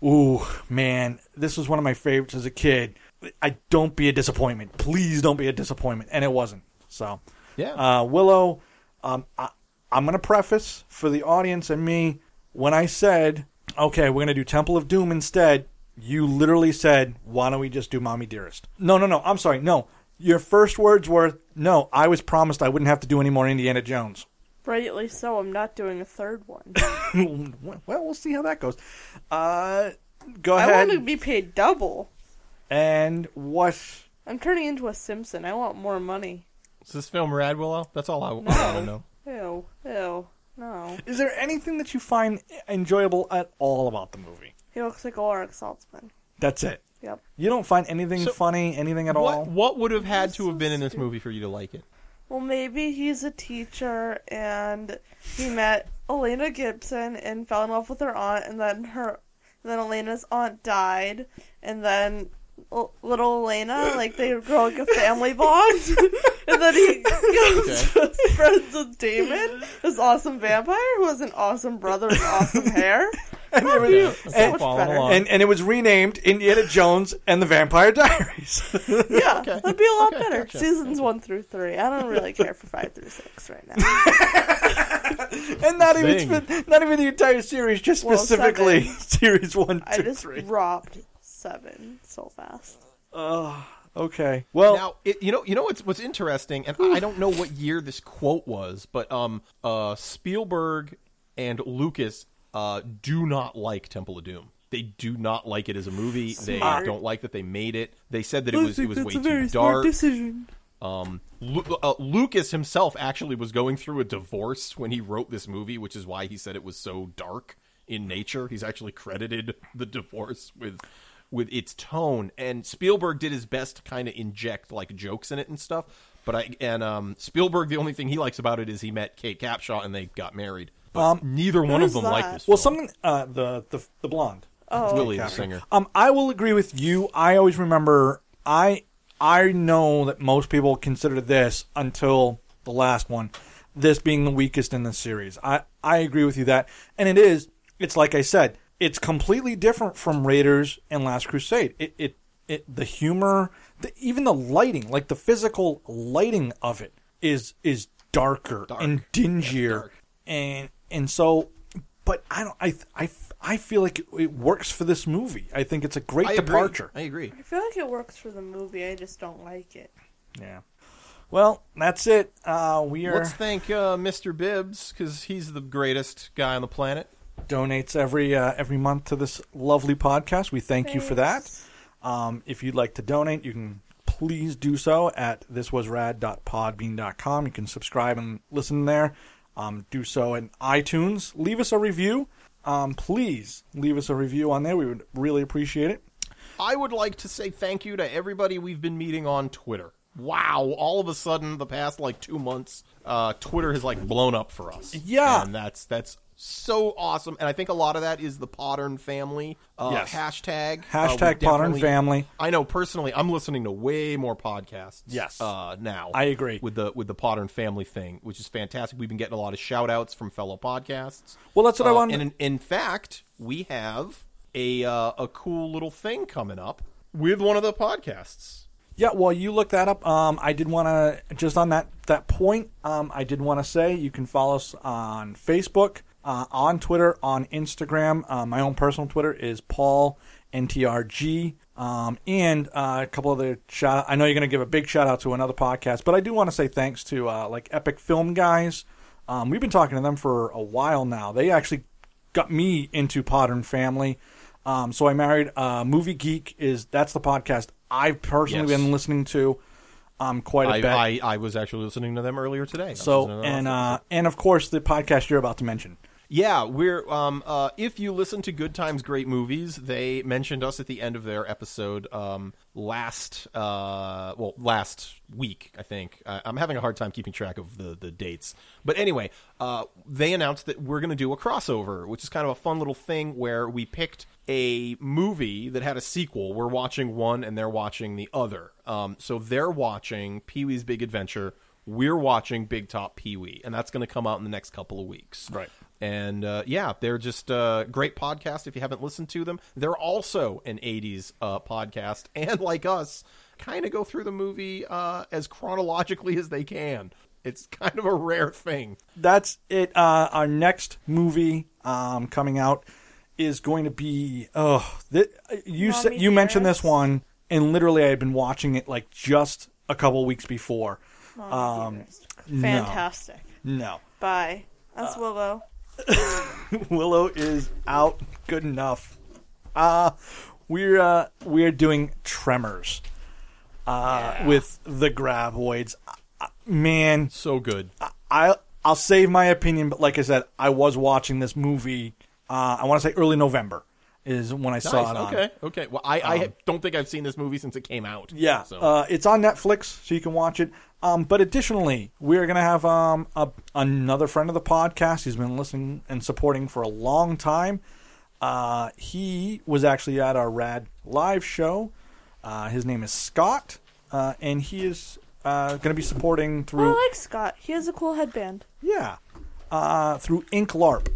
ooh man, this was one of my favorites as a kid. I don't be a disappointment. Please don't be a disappointment, and it wasn't. So Yeah. uh, Willow, um, I, I'm going to preface for the audience and me when I said, okay, we're going to do Temple of Doom instead, you literally said, why don't we just do Mommy Dearest? No, no, no. I'm sorry. No. Your first words were, no, I was promised I wouldn't have to do any more Indiana Jones. Rightly so, I'm not doing a third one. well, we'll see how that goes. Uh, go I want to ahead. be paid double. And what? I'm turning into a Simpson. I want more money. Is this film rad, Willow? That's all I, I want to know. Ew, ew, no. Is there anything that you find enjoyable at all about the movie? He looks like Ulrich Saltzman. That's it. Yep. You don't find anything So- funny, anything at all? What, what would have had to have been in this movie for you to like it? Well, maybe he's a teacher and he met Elena Gibson and fell in love with her aunt, and then her, and then Elena's aunt died, and then l- little Elena, like they grow like a family bond, and then he goes friends with Damon, this awesome vampire who has an awesome brother with awesome hair. And they were- So and- much following better. along. and and it was renamed Indiana Jones and the Vampire Diaries. Yeah, that'd be a lot Okay, better. gotcha. Seasons one through three. I don't really care for five through six right now. and not even Zing. spe- not even the entire series, just Well, specifically series one, I two, just three. robbed seven so fast. Okay. Well, Now, it, you know, you know what's what's interesting, and I don't know what year this quote was, but um, uh, Spielberg and Lucas uh, do not like Temple of Doom. They do not like it as a movie. Smart. They don't like that they made it. They said that it I was it think was that's way a very too smart dark. decision. Um, Lu- uh, Lucas himself actually was going through a divorce when he wrote this movie, which is why he said it was so dark in nature. He's actually credited the divorce with with its tone, and Spielberg did his best to kind of inject like jokes in it and stuff. But I and um, Spielberg, the only thing he likes about it is he met Kate Capshaw and they got married. But neither one of who's them that? liked this. Um, well, film. something uh, the the the blonde. Willie the singer. Um, I will agree with you. I always remember. I I know that most people consider this until the last one, this being the weakest in the series. I I agree with you that, and it is. It's like I said. It's completely different from Raiders and Last Crusade. It it, it the humor, the, even the lighting, like the physical lighting of it, is is darker and dingier and and so but i don't i i i feel like it works for this movie i think it's a great I agree. departure I agree. I feel like it works for the movie. I just don't like it. yeah well that's it uh we are Let's thank uh, Mr. Bibbs because he's the greatest guy on the planet. donates every uh, every month to this lovely podcast we thank you for that um if you'd like to donate you can please do so at thiswasrad.podbean.com you can subscribe and listen there um do so in itunes leave us a review um please leave us a review on there we would really appreciate Uh, it I would like to say thank you to everybody we've been meeting on Twitter. Wow, all of a sudden the past like 2 months, uh Twitter has like blown up for us. Yeah. And that's that's so awesome and I think a lot of that is the Pottern family uh Yes. hashtag Uh, we Hashtag Pottern definitely- family. I know personally I'm listening to way more podcasts Yes. uh now. I agree. with the with the Pottern family thing, which is fantastic. We've been getting a lot of shout outs from fellow podcasts. Well, that's what I Uh, wanted- And in, in fact, we have a uh, a cool little thing coming up with one of the podcasts. Yeah, well, you look that up. Um, I did want to just on that that point. Um, I did want to say you can follow us on Facebook, uh, on Twitter, on Instagram. Uh, my own personal Twitter is Paul NTRG, um, and uh, a couple other shout. I know you're going to give a big shout out to another podcast, but I do want to say thanks to uh, like Epic Film Guys. Um, we've been talking to them for a while now. They actually got me into Podern Family. Um, so I married uh, Movie Geek. Is that's the podcast I've personally Yes. been listening to um, quite a I, bit. I I was actually listening to them earlier today. I was so listening to them and last uh, and of course the podcast you're about to mention. night. Yeah, we're um uh if you listen to Good Times Great Movies, they mentioned us at the end of their episode um last uh well last week, I think. Uh, I'm having a hard time keeping track of the the dates. But anyway, uh they announced that we're going to do a crossover, which is kind of a fun little thing where we picked a movie that had a sequel. We're watching one and they're watching the other. Um so they're watching Pee-wee's Big Adventure we're watching Big Top Pee Wee, and that's going to come out in the next couple of weeks. Right. And uh, yeah, they're just uh, great podcast. If you haven't listened to them, they're also an '80s uh, podcast, and like us, kind of go through the movie uh, as chronologically as they can. It's kind of a rare thing. that's it. Uh, our next movie um, coming out is going to be. Oh, th- you Mommy sa- you mentioned Dearest? this one, and literally, I had been watching it like just a couple weeks before. Um, no. Fantastic. No, Bye. That's Willow. Willow is out. Good enough. Uh we're uh, we're doing Tremors uh, with the Graboids. Uh, man, So good. Uh, I I'll save my opinion, but like I said, I was watching this movie. Uh, I want to say early November is when I saw it. Nice. on. Okay. Okay. Well, I, I don't think I've seen this movie since it came out. Yeah, So. uh, it's on Netflix, so you can watch it. Um, but additionally, we're gonna have um, a, another friend of the podcast. He's been listening and supporting for a long time. Uh, he was actually at our Rad live show. Uh, his name is Scott, uh, and he is uh, gonna be supporting Oh, through. Oh, I like Scott. He has a cool headband. Yeah, uh, through Ink LARP.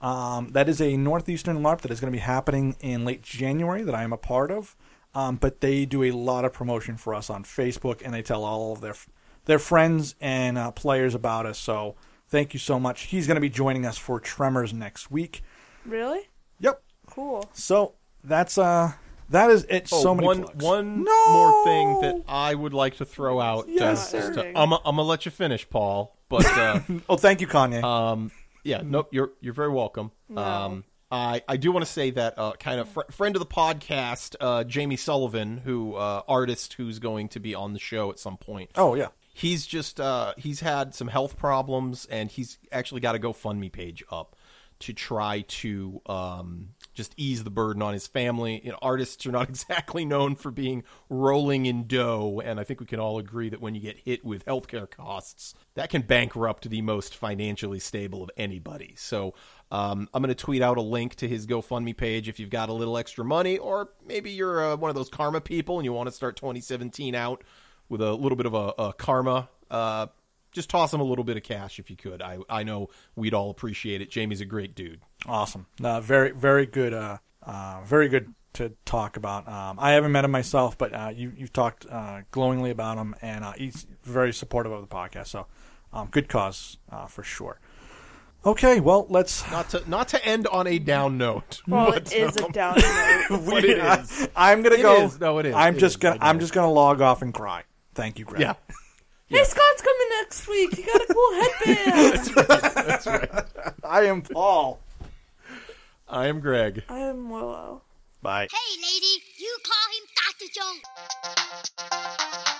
Um, that is a northeastern LARP that is going to be happening in late January that I am a part of. Um, but they do a lot of promotion for us on Facebook, and they tell all of their their friends and uh, players about us. So thank you so much. He's going to be joining us for Tremors next week. Really? Yep. Cool. So that's uh that is it. Oh, so many one plugs. one No! more thing that I would like to throw out. Yes, uh, sir. to- I'm I'm gonna let you finish, Paul. But uh, Oh, thank you, Kanye. yeah, nope. You're you're very welcome. Um, I I do want to say that uh, kind of fr- friend of the podcast, uh, Jamie Sullivan, who uh, artist who's going to be on the show at some point. oh yeah. He's just uh, he's had some health problems, and he's actually got a GoFundMe page up to try to um, just ease the burden on his family. You know, artists are not exactly known for being rolling in dough, and I think we can all agree that when you get hit with healthcare costs, that can bankrupt the most financially stable of anybody. So. Um, I'm going to tweet out a link to his GoFundMe page if you've got a little extra money, or maybe you're uh, one of those karma people and you want to start 2017 out with a little bit of a, a karma. Uh, just toss him a little bit of cash if you could. I I know we'd all appreciate it. Jamie's a great dude. Awesome. No, very, very good. Uh, uh, very good to talk about. Um, I haven't met him myself, but uh, you, you've talked uh, glowingly about him, and uh, he's very supportive of the podcast. So, um, good cause uh, for sure. Okay, well, let's. Not to not to end on a down note. Well, but, it is a um, down note. but it is. I, am gonna It go. is. No, it is. I'm It just is. gonna. I I'm know. just gonna log off and cry. Thank you, Greg. Yeah, Hey, Scott's coming next week. He got a cool headband. I am Paul. I am Greg. I am Willow. Bye. Hey, lady, you call him Dr. Jones.